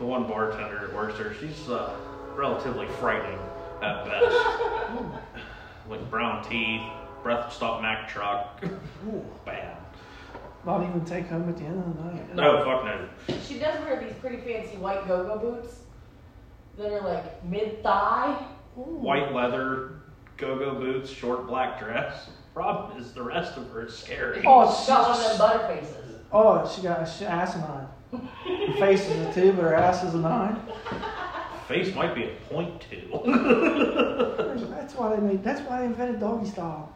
[SPEAKER 6] The one bartender that works there, she's uh, relatively frightening at best. like brown teeth, breath stop Mack truck, (laughs) bad.
[SPEAKER 1] Not even take home at the end of the night.
[SPEAKER 6] No, fuck no.
[SPEAKER 4] She does wear these pretty fancy white go-go boots that are like mid-thigh.
[SPEAKER 6] white leather go-go boots, short black dress. Problem is, the rest of her is scary.
[SPEAKER 1] Oh,
[SPEAKER 4] Got one of them
[SPEAKER 1] she,
[SPEAKER 4] butter faces.
[SPEAKER 1] oh, she got she asinine. Her face is a two, but her ass is a nine.
[SPEAKER 6] Face might be a point two.
[SPEAKER 1] That's why they made. That's why they invented doggy style.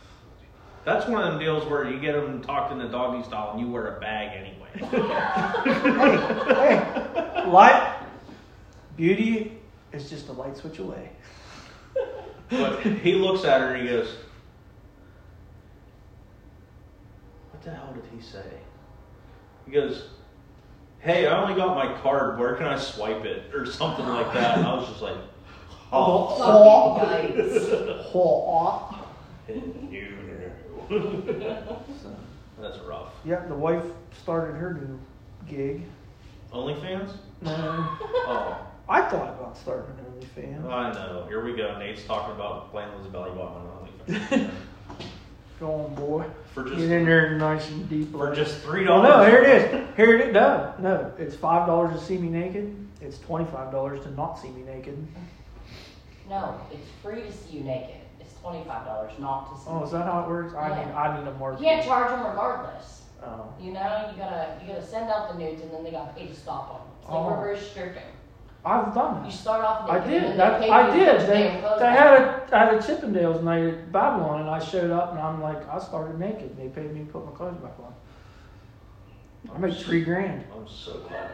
[SPEAKER 6] (laughs) That's one of them deals where you get them talked into doggy style and you wear a bag anyway.
[SPEAKER 1] (laughs) Hey, light beauty is just a light switch away.
[SPEAKER 6] but he looks at her and he goes, "What the hell did he say?" He goes, "Hey, I only got my card. Where can I swipe it?" or something like that. And I was just like, "Oh,
[SPEAKER 4] Fucking
[SPEAKER 1] (laughs)
[SPEAKER 4] yikes.
[SPEAKER 1] Haw.
[SPEAKER 6] you know." That's rough."
[SPEAKER 1] Yep, the wife started her new (laughs) gig.
[SPEAKER 6] OnlyFans?
[SPEAKER 1] No,
[SPEAKER 6] Oh,
[SPEAKER 1] I thought about starting an OnlyFans.
[SPEAKER 6] I know. Here we go. Nate's talking about playing Liz Belly Bottom on
[SPEAKER 1] (laughs)
[SPEAKER 6] OnlyFans
[SPEAKER 1] Go on, boy.
[SPEAKER 6] for
[SPEAKER 1] Get
[SPEAKER 6] just
[SPEAKER 1] in there nice and deep.
[SPEAKER 6] for just three
[SPEAKER 1] Oh
[SPEAKER 6] dollars.
[SPEAKER 1] no, here it is. Here it is. No, no, it's five dollars to see me naked. It's twenty-five dollars to not see me naked.
[SPEAKER 4] No, it's free to see you naked. It's twenty-five dollars not to see.
[SPEAKER 1] Oh, is that how it works? I need, I need a
[SPEAKER 4] you.
[SPEAKER 1] mark.
[SPEAKER 4] You can't charge them regardless.
[SPEAKER 1] Oh.
[SPEAKER 4] You know, you gotta you gotta send out the nudes and then they gotta pay to stop them. It's like
[SPEAKER 1] Oh.
[SPEAKER 4] reverse stripping.
[SPEAKER 1] I've done
[SPEAKER 4] You
[SPEAKER 1] it.
[SPEAKER 4] start off
[SPEAKER 1] I
[SPEAKER 4] naked and
[SPEAKER 1] did.
[SPEAKER 4] then
[SPEAKER 1] That,
[SPEAKER 4] they pay
[SPEAKER 1] I
[SPEAKER 4] you
[SPEAKER 1] did. They,
[SPEAKER 4] to stay in clothes.
[SPEAKER 1] they had a I had a Chippendales night at Babylon, and I showed up, and I'm like, I started naked. and They paid me to put my clothes back on. I made three grand.
[SPEAKER 6] I'm so glad.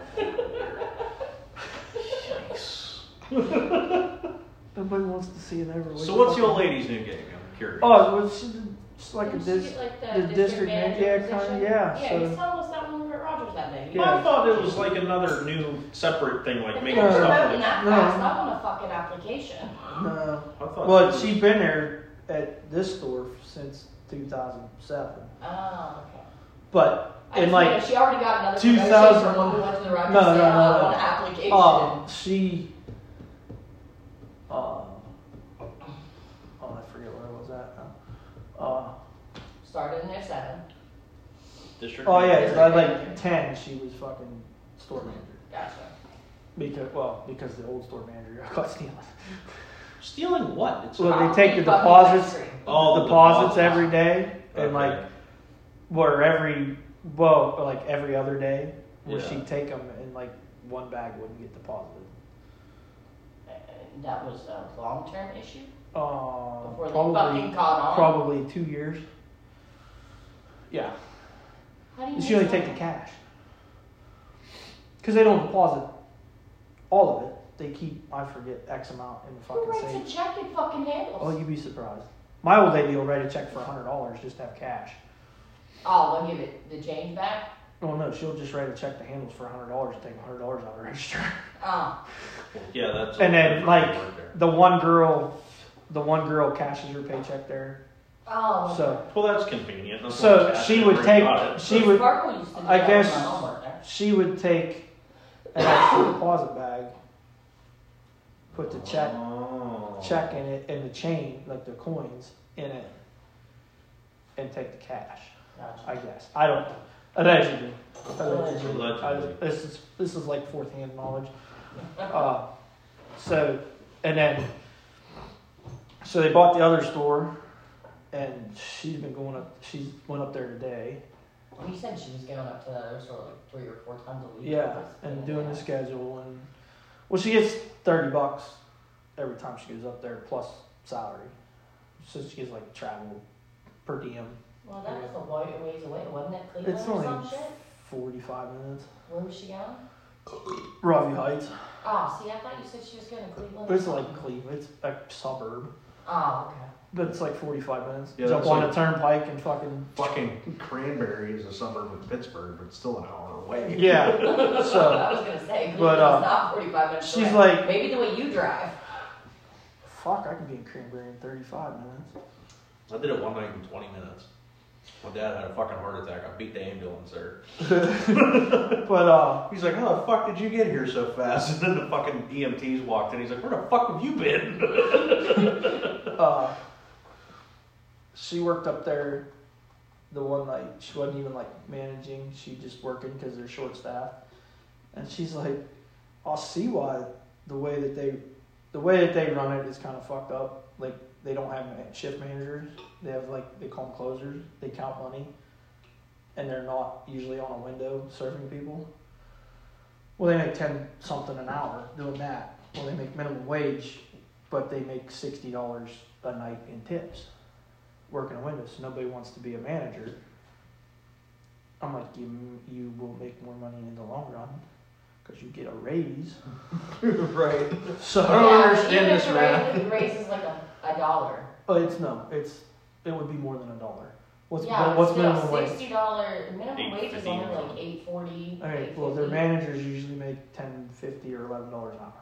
[SPEAKER 6] Yikes.
[SPEAKER 1] Nobody wants to see an overweight.
[SPEAKER 6] So what's the old
[SPEAKER 1] fucking-
[SPEAKER 6] lady's new gig? I'm curious.
[SPEAKER 1] Oh, it was just like a
[SPEAKER 4] Didn't she
[SPEAKER 1] dis-
[SPEAKER 4] get, like,
[SPEAKER 1] the district
[SPEAKER 4] manager
[SPEAKER 1] manager, yeah,
[SPEAKER 4] position?
[SPEAKER 1] kinda, yeah,
[SPEAKER 4] Yeah,
[SPEAKER 1] so-
[SPEAKER 4] he was telling us that when we were at Rogers that day.
[SPEAKER 1] Yeah.
[SPEAKER 6] I thought it was like another new separate thing, like
[SPEAKER 4] If
[SPEAKER 6] making
[SPEAKER 4] they're
[SPEAKER 1] No.
[SPEAKER 6] stuff.
[SPEAKER 4] promoting
[SPEAKER 6] Like,
[SPEAKER 4] that
[SPEAKER 1] No.
[SPEAKER 4] fast, I want a fucking application.
[SPEAKER 1] No.
[SPEAKER 6] I thought.
[SPEAKER 1] Well, she'd been there at this store since 2007,
[SPEAKER 4] Oh, okay.
[SPEAKER 1] but
[SPEAKER 4] I
[SPEAKER 1] in
[SPEAKER 4] just
[SPEAKER 1] like
[SPEAKER 4] know she already got another
[SPEAKER 1] 2000
[SPEAKER 4] 2000 when we went to the Rogers
[SPEAKER 1] No,
[SPEAKER 4] and
[SPEAKER 1] no,
[SPEAKER 4] said,
[SPEAKER 1] no,
[SPEAKER 4] "Oh, I
[SPEAKER 1] no.
[SPEAKER 4] want an application.
[SPEAKER 1] Uh, she. Uh, oh, I forget where I was at now. Uh,
[SPEAKER 4] Started in their seven.
[SPEAKER 6] District
[SPEAKER 1] oh yeah,
[SPEAKER 6] manager.
[SPEAKER 1] so I was like ten. She was fucking store manager
[SPEAKER 4] Gotcha.
[SPEAKER 1] because well because the old store manager (laughs) got stealing.
[SPEAKER 6] Stealing what? It's
[SPEAKER 1] Well, they
[SPEAKER 4] Fucking Uh,
[SPEAKER 1] take the
[SPEAKER 4] fucking
[SPEAKER 1] deposits,
[SPEAKER 4] ice cream.
[SPEAKER 6] All Oh, the
[SPEAKER 1] deposits
[SPEAKER 6] deposits.
[SPEAKER 1] every day,
[SPEAKER 6] Okay.
[SPEAKER 1] and like where every well like every other day, where
[SPEAKER 6] Yeah.
[SPEAKER 1] she'd take them and like one bag wouldn't get deposited.
[SPEAKER 4] Uh, That was a long-term issue
[SPEAKER 1] Uh,
[SPEAKER 4] before they fucking
[SPEAKER 1] probably
[SPEAKER 4] caught on.
[SPEAKER 1] probably two years. Yeah.
[SPEAKER 4] How do you
[SPEAKER 1] You should
[SPEAKER 4] make
[SPEAKER 1] only take the
[SPEAKER 4] money?
[SPEAKER 1] cash. Because they don't deposit all of it. They keep, I forget, X amount in the
[SPEAKER 4] Who
[SPEAKER 1] fucking safe.
[SPEAKER 4] writes a check and fucking handles?
[SPEAKER 1] Oh, you'd be surprised. My old lady will write a check for $100 just to have cash.
[SPEAKER 4] Oh, they'll give it the change back?
[SPEAKER 1] Oh, no, she'll just write a check to handles for $100 and take $100 out of the register.
[SPEAKER 4] Oh,
[SPEAKER 6] Yeah, that's.
[SPEAKER 1] And then,
[SPEAKER 6] different
[SPEAKER 1] like,
[SPEAKER 6] word there.
[SPEAKER 1] the one girl, the one girl cashes her paycheck there.
[SPEAKER 4] oh.
[SPEAKER 1] So
[SPEAKER 6] Well, that's convenient. That's
[SPEAKER 1] So
[SPEAKER 6] what cash
[SPEAKER 1] she
[SPEAKER 6] is,
[SPEAKER 1] would
[SPEAKER 6] we
[SPEAKER 1] take-
[SPEAKER 6] got it.
[SPEAKER 1] she would,
[SPEAKER 4] Sparkle used to do
[SPEAKER 1] I
[SPEAKER 4] that
[SPEAKER 1] guess-
[SPEAKER 4] when my mom worked there.
[SPEAKER 1] she would take an extra deposit bag, put the check
[SPEAKER 6] Oh.
[SPEAKER 1] check in it and the chain, like the coins in it, and take the cash.
[SPEAKER 4] Gotcha.
[SPEAKER 1] I guess I don't know. Allegedly. Allegedly.
[SPEAKER 6] Allegedly.
[SPEAKER 1] I- this is this is like fourth hand knowledge. Uh, so and then so they bought the other store, and she's been going up. She went up there today.
[SPEAKER 4] You said she was going up to the other store like three or four times a week.
[SPEAKER 1] Yeah, and doing the schedule and well, she gets thirty bucks every time she goes up there plus salary, so she gets like travel per diem.
[SPEAKER 4] Well, that was a white ways away, wasn't it? Cleveland
[SPEAKER 1] It's
[SPEAKER 4] or
[SPEAKER 1] only
[SPEAKER 4] some shit?
[SPEAKER 1] forty-five minutes.
[SPEAKER 4] Where was she going?
[SPEAKER 1] Rocky Heights,
[SPEAKER 4] Oh, see, I thought you said she was going to Cleveland.
[SPEAKER 1] but it's like Cleveland, it's a suburb,
[SPEAKER 4] Oh, okay.
[SPEAKER 1] but it's like forty-five minutes.
[SPEAKER 6] Yeah,
[SPEAKER 1] Jump
[SPEAKER 6] that's
[SPEAKER 1] on
[SPEAKER 6] like-
[SPEAKER 1] a turnpike and fucking
[SPEAKER 6] Fucking Cranberry is a suburb of Pittsburgh, but it's still an hour away.
[SPEAKER 1] yeah. (laughs) So
[SPEAKER 4] (laughs) I was going to say,
[SPEAKER 1] But,
[SPEAKER 4] Cleveland's
[SPEAKER 1] uh,
[SPEAKER 4] not 45 minutes
[SPEAKER 1] she's
[SPEAKER 4] away.
[SPEAKER 1] like-
[SPEAKER 4] Maybe the way you drive.
[SPEAKER 1] fuck, I can be in Cranberry in thirty-five minutes.
[SPEAKER 6] I did it one night in 20 minutes. My dad had a fucking heart attack. I beat the ambulance there.
[SPEAKER 1] But uh,
[SPEAKER 6] He's like, how the fuck did you get here so fast? (laughs) And then the fucking EMTs walked in. He's like, where the fuck have you (laughs) been?
[SPEAKER 1] uh, she worked up there the one night. She wasn't even like managing. She just working because they're short staffed. And she's like, I'll see why the way that they, the way that they run it is kind of fucked up. Like they don't have ma- shift managers. They have like they call them closers. They count money, and they're not usually on a window serving people. Well, they make ten something an hour doing that. Well, they make minimum wage but they make sixty dollars a night in tips working a window. So nobody wants to be a manager. I'm like, you, you will make more money in the long run because you get a raise.
[SPEAKER 6] (laughs)
[SPEAKER 1] (laughs)
[SPEAKER 6] right.
[SPEAKER 1] So
[SPEAKER 4] Yeah,
[SPEAKER 1] I don't
[SPEAKER 4] even
[SPEAKER 1] understand
[SPEAKER 4] if
[SPEAKER 1] this
[SPEAKER 4] the
[SPEAKER 1] man.
[SPEAKER 4] raise- Raise is like a, a dollar.
[SPEAKER 1] But it's no, it's it would be more than a dollar. What's
[SPEAKER 4] yeah,
[SPEAKER 1] what's
[SPEAKER 4] still
[SPEAKER 1] minimum wage?
[SPEAKER 4] Sixty dollar minimum wage is
[SPEAKER 6] 8.50
[SPEAKER 4] only
[SPEAKER 6] or
[SPEAKER 4] like eight forty.
[SPEAKER 1] All right, well, their managers usually make ten fifty or eleven dollars an hour.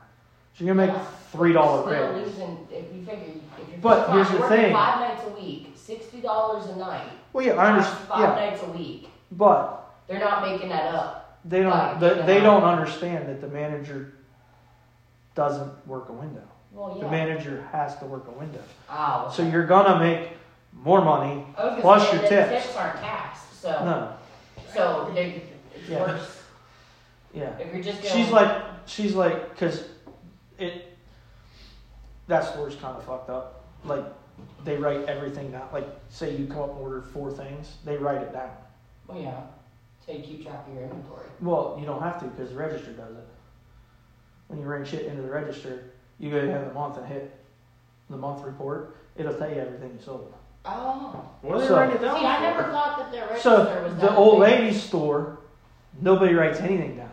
[SPEAKER 1] So you're gonna make three dollar
[SPEAKER 4] Still
[SPEAKER 1] raise.
[SPEAKER 4] losing if you figure if you're
[SPEAKER 1] But here's the
[SPEAKER 4] working
[SPEAKER 1] thing.
[SPEAKER 4] five nights a week, sixty dollars a night.
[SPEAKER 1] Well, yeah, I
[SPEAKER 4] times
[SPEAKER 1] understand.
[SPEAKER 4] Five
[SPEAKER 1] Yeah,
[SPEAKER 4] nights a week.
[SPEAKER 1] but
[SPEAKER 4] They're not making that up.
[SPEAKER 1] They don't.
[SPEAKER 4] Like,
[SPEAKER 1] They,
[SPEAKER 4] you
[SPEAKER 1] they
[SPEAKER 4] know.
[SPEAKER 1] don't understand that the manager doesn't work a window.
[SPEAKER 4] Well, yeah.
[SPEAKER 1] The manager has to work a window.
[SPEAKER 4] oh,
[SPEAKER 1] So you're gonna make more money.
[SPEAKER 4] I was gonna
[SPEAKER 1] plus
[SPEAKER 4] say
[SPEAKER 1] your
[SPEAKER 4] that
[SPEAKER 1] tips.
[SPEAKER 4] tips aren't taxed, so
[SPEAKER 1] No.
[SPEAKER 4] so they, it's
[SPEAKER 1] Yeah.
[SPEAKER 4] worse
[SPEAKER 1] Yeah.
[SPEAKER 4] if you're just going.
[SPEAKER 1] She's like. She's like. Cause it. That store's kind of fucked up. Like, they write everything down. Like, say you come up and order four things, they write it down.
[SPEAKER 4] well, oh, yeah. So you keep track of your inventory.
[SPEAKER 1] Well, you don't have to because the register does it. When you ring shit into the register, you go down the month and hit the month report. It'll tell you everything you sold.
[SPEAKER 4] Oh.
[SPEAKER 6] What are they
[SPEAKER 1] So-
[SPEAKER 6] writing it
[SPEAKER 4] See,
[SPEAKER 6] down
[SPEAKER 4] I
[SPEAKER 6] for?
[SPEAKER 4] never thought that their register
[SPEAKER 1] So
[SPEAKER 4] was that
[SPEAKER 1] the old
[SPEAKER 4] big.
[SPEAKER 1] lady's store, nobody writes anything down.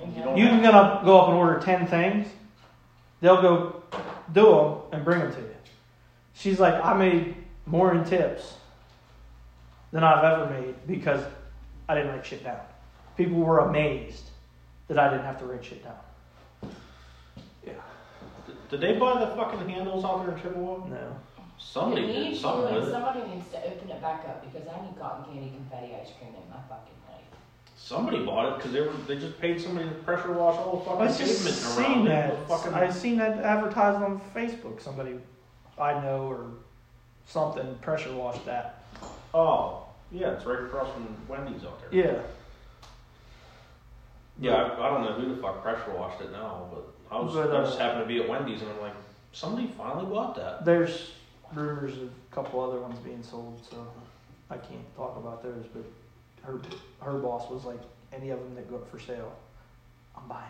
[SPEAKER 4] Okay.
[SPEAKER 6] You don't-
[SPEAKER 1] You can gonna go up and order ten things. They'll go do them and bring them to you. She's like, I made more in tips than I've ever made because I didn't write shit down. People were amazed that I didn't have to write shit down.
[SPEAKER 6] Did they buy the fucking handles out there in Chippewa?
[SPEAKER 1] No.
[SPEAKER 6] Somebody
[SPEAKER 4] It
[SPEAKER 6] did
[SPEAKER 4] needs
[SPEAKER 6] something
[SPEAKER 4] to, and
[SPEAKER 6] with it.
[SPEAKER 4] Somebody needs to open it back up because I need cotton candy confetti ice cream in my fucking life.
[SPEAKER 6] Somebody bought it because they were they just paid somebody to pressure wash all the
[SPEAKER 1] I
[SPEAKER 6] fucking
[SPEAKER 1] have just
[SPEAKER 6] pavement
[SPEAKER 1] seen
[SPEAKER 6] around
[SPEAKER 1] that.
[SPEAKER 6] it. Fucking-
[SPEAKER 1] I seen that advertised on Facebook. Somebody I know or something pressure washed that.
[SPEAKER 6] oh yeah, it's right across from Wendy's out there.
[SPEAKER 1] Yeah.
[SPEAKER 6] Yeah, I, I don't know who the fuck pressure washed it now, but I was
[SPEAKER 1] But,
[SPEAKER 6] I
[SPEAKER 1] uh,
[SPEAKER 6] just happened to be at Wendy's and I'm like, somebody finally bought that.
[SPEAKER 1] There's rumors of a couple other ones being sold, so I can't talk about those. But her her boss was like, any of them that go up for sale, I'm buying.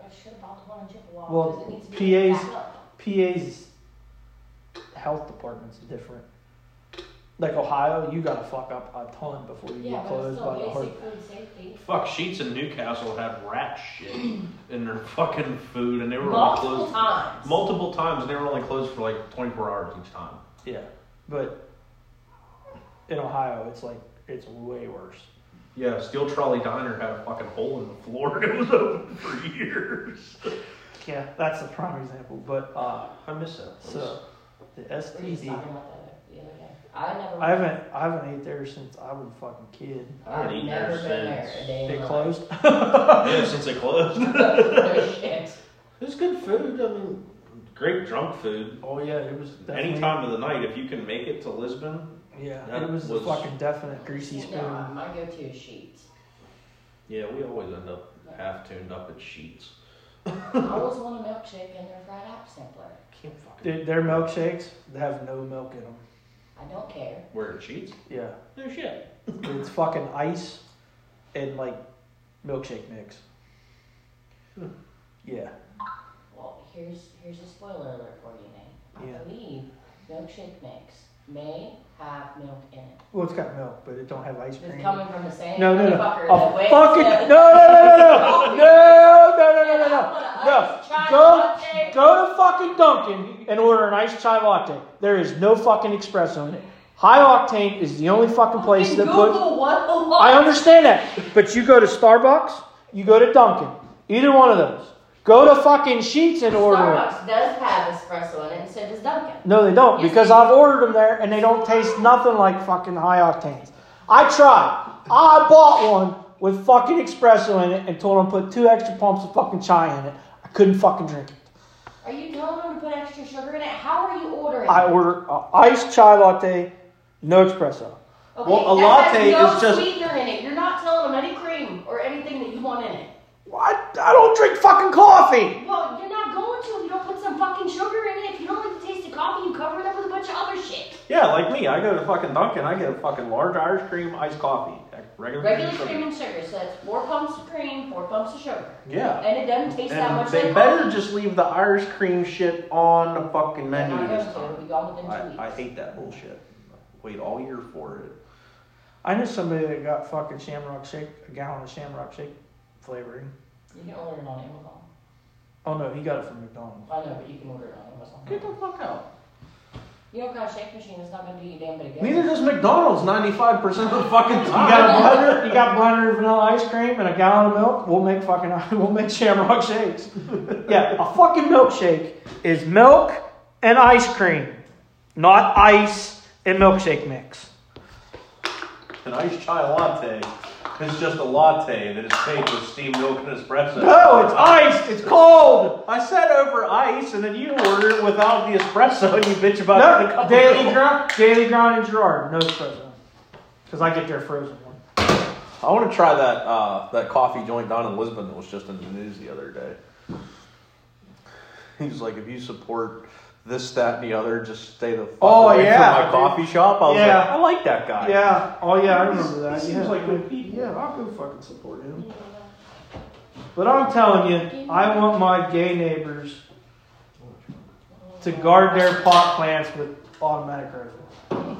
[SPEAKER 4] I should have bought the one in Chippewa.
[SPEAKER 1] Well,
[SPEAKER 4] 'cause it needs to be
[SPEAKER 1] PAs
[SPEAKER 4] back up.
[SPEAKER 1] PA's health department's different. Like Ohio, you gotta fuck up a ton before you
[SPEAKER 4] Yeah,
[SPEAKER 1] get
[SPEAKER 4] but it's
[SPEAKER 1] closed by the
[SPEAKER 4] still
[SPEAKER 1] heart.
[SPEAKER 4] basic food safety.
[SPEAKER 6] Fuck, Sheets in Newcastle had rat
[SPEAKER 1] (clears throat)
[SPEAKER 6] shit in their fucking food, and they were only
[SPEAKER 4] Multiple
[SPEAKER 6] closed
[SPEAKER 4] times.
[SPEAKER 6] multiple times. And they were only closed for like 24 hours each time.
[SPEAKER 1] Yeah, but in Ohio, it's like it's way worse.
[SPEAKER 6] Yeah, Steel Trolley Diner had a fucking hole in the floor and it was open for years.
[SPEAKER 1] Yeah, that's a prime example. But uh,
[SPEAKER 6] I miss that. place.
[SPEAKER 1] so the
[SPEAKER 4] We were just
[SPEAKER 1] STD,
[SPEAKER 4] talking about that the other day. I never.
[SPEAKER 1] I haven't I haven't ate there since I was a fucking kid. Uh,
[SPEAKER 6] I haven't
[SPEAKER 4] I've
[SPEAKER 6] eaten
[SPEAKER 4] never
[SPEAKER 6] there
[SPEAKER 4] been there
[SPEAKER 6] since.
[SPEAKER 4] a day. in
[SPEAKER 1] They
[SPEAKER 4] my
[SPEAKER 1] closed.
[SPEAKER 6] yeah, since they
[SPEAKER 1] (laughs)
[SPEAKER 6] closed.
[SPEAKER 4] life. (laughs) No shit.
[SPEAKER 6] It's good food. I mean, great drunk food.
[SPEAKER 1] Oh yeah, it was.
[SPEAKER 6] Any time of the night, if you can make it to Lisbon
[SPEAKER 1] Yeah,
[SPEAKER 6] That
[SPEAKER 1] it was,
[SPEAKER 6] was-
[SPEAKER 1] the fucking definite greasy spoon.
[SPEAKER 4] No, my go-to is
[SPEAKER 1] (laughs)
[SPEAKER 4] sheets.
[SPEAKER 6] Yeah, we always end up half tuned up at sheets.
[SPEAKER 4] I always want a milkshake and their fried apple sampler.
[SPEAKER 6] Can't fucking
[SPEAKER 1] Dude, their milkshakes they have no milk in them.
[SPEAKER 4] I don't care.
[SPEAKER 6] wear sheets.
[SPEAKER 1] Yeah,
[SPEAKER 6] No shit.
[SPEAKER 1] it's fucking ice and like milkshake mix.
[SPEAKER 6] Hmm.
[SPEAKER 1] Yeah,
[SPEAKER 4] Well, here's here's a spoiler alert for you, Nate. I
[SPEAKER 1] Yeah.
[SPEAKER 4] believe milkshake mix may have milk in it.
[SPEAKER 1] well, it's got milk, but it don't have ice cream.
[SPEAKER 4] It's coming from the same
[SPEAKER 1] No, no, no.
[SPEAKER 4] motherfucker
[SPEAKER 1] A
[SPEAKER 4] that waits
[SPEAKER 1] fucking no,
[SPEAKER 4] to- (laughs)
[SPEAKER 1] no, no, no, no, no, no, no, no, no, no. No, go, go to fucking Dunkin' and order an iced chai latte. There is no fucking espresso in it. High octane is the only fucking place that puts.
[SPEAKER 4] Google what the law-
[SPEAKER 1] I understand that, but you go to Starbucks, you go to Dunkin', either one of those. Go to fucking Sheets and order it.
[SPEAKER 4] Starbucks does have espresso in it, and so does Dunkin'.
[SPEAKER 1] No, they don't,
[SPEAKER 4] Yes,
[SPEAKER 1] because
[SPEAKER 4] they do.
[SPEAKER 1] I've ordered them there and they don't taste nothing like fucking high octanes. I tried. I bought one with fucking espresso in it and told them put two extra pumps of fucking chai in it. I couldn't fucking drink it.
[SPEAKER 4] Are you telling them to put extra sugar in it? How are you ordering?
[SPEAKER 1] I
[SPEAKER 4] it?
[SPEAKER 1] ordered a iced chai latte, no espresso.
[SPEAKER 4] Okay,
[SPEAKER 2] Well, a
[SPEAKER 4] that has
[SPEAKER 2] latte
[SPEAKER 4] no
[SPEAKER 2] is just-
[SPEAKER 4] sweetener in it. You're not telling them any cream or anything that you want in it.
[SPEAKER 1] What? I don't drink fucking coffee.
[SPEAKER 4] Well, you're not going to if you don't put some fucking sugar in it. If you don't like the taste of coffee, you cover it up with a bunch of other shit.
[SPEAKER 2] Yeah, like me, I go to fucking Dunkin', I get a fucking large Irish cream iced coffee. Regular,
[SPEAKER 4] Regular
[SPEAKER 2] cream.
[SPEAKER 4] cream and sugar, so that's four pumps of cream, four pumps of sugar.
[SPEAKER 2] Yeah.
[SPEAKER 4] And it doesn't taste that
[SPEAKER 2] And
[SPEAKER 4] much
[SPEAKER 2] they
[SPEAKER 4] like
[SPEAKER 2] better
[SPEAKER 4] coffee.
[SPEAKER 2] just leave the Irish cream shit on the fucking
[SPEAKER 4] They're
[SPEAKER 2] menu
[SPEAKER 4] not
[SPEAKER 2] this
[SPEAKER 4] going to. It'll
[SPEAKER 2] time.
[SPEAKER 4] be gone within two weeks.
[SPEAKER 2] I, I hate that bullshit. Wait all year for it.
[SPEAKER 1] I knew somebody that got fucking shamrock shake, a gallon of shamrock shake flavoring.
[SPEAKER 4] You can order it on Amazon.
[SPEAKER 1] Oh no, he got it from McDonald's.
[SPEAKER 4] I know, but you can order it on Amazon.
[SPEAKER 2] Get the fuck out.
[SPEAKER 4] You know, kind of shake machine is not going to do you damn bit of good.
[SPEAKER 2] Neither does McDonald's 95% of the fucking time.
[SPEAKER 4] (laughs)
[SPEAKER 1] You got a blender, you got blender vanilla ice cream and a gallon of milk. We'll make fucking (laughs) we'll make shamrock shakes. Yeah, a fucking milkshake is milk and ice cream, not ice and milkshake mix.
[SPEAKER 2] An iced chai latte is just a latte that is made with steamed milk and espresso.
[SPEAKER 1] No, it's iced. It's cold.
[SPEAKER 2] I said over ice, and then you order it without the espresso, and you bitch about it. in a
[SPEAKER 1] No,
[SPEAKER 2] cup of
[SPEAKER 1] daily
[SPEAKER 2] milk.
[SPEAKER 1] grind, daily grind and Gerard, no frozen, because I get their frozen one.
[SPEAKER 2] I want to try that uh, that coffee joint down in Lisbon that was just in the news the other day. He was like, if you support this, that, and the other, just stay the fuck
[SPEAKER 1] Oh,
[SPEAKER 2] away
[SPEAKER 1] yeah,
[SPEAKER 2] from my
[SPEAKER 1] dude.
[SPEAKER 2] coffee shop. I was
[SPEAKER 1] Yeah.
[SPEAKER 2] like, I like that guy.
[SPEAKER 1] Yeah. Oh yeah, I remember that.
[SPEAKER 2] He
[SPEAKER 1] yeah.
[SPEAKER 2] seems like good people.
[SPEAKER 1] yeah, I'll go fucking support him. But I'm telling you, I want my gay neighbors to guard their pot plants with automatic rifles.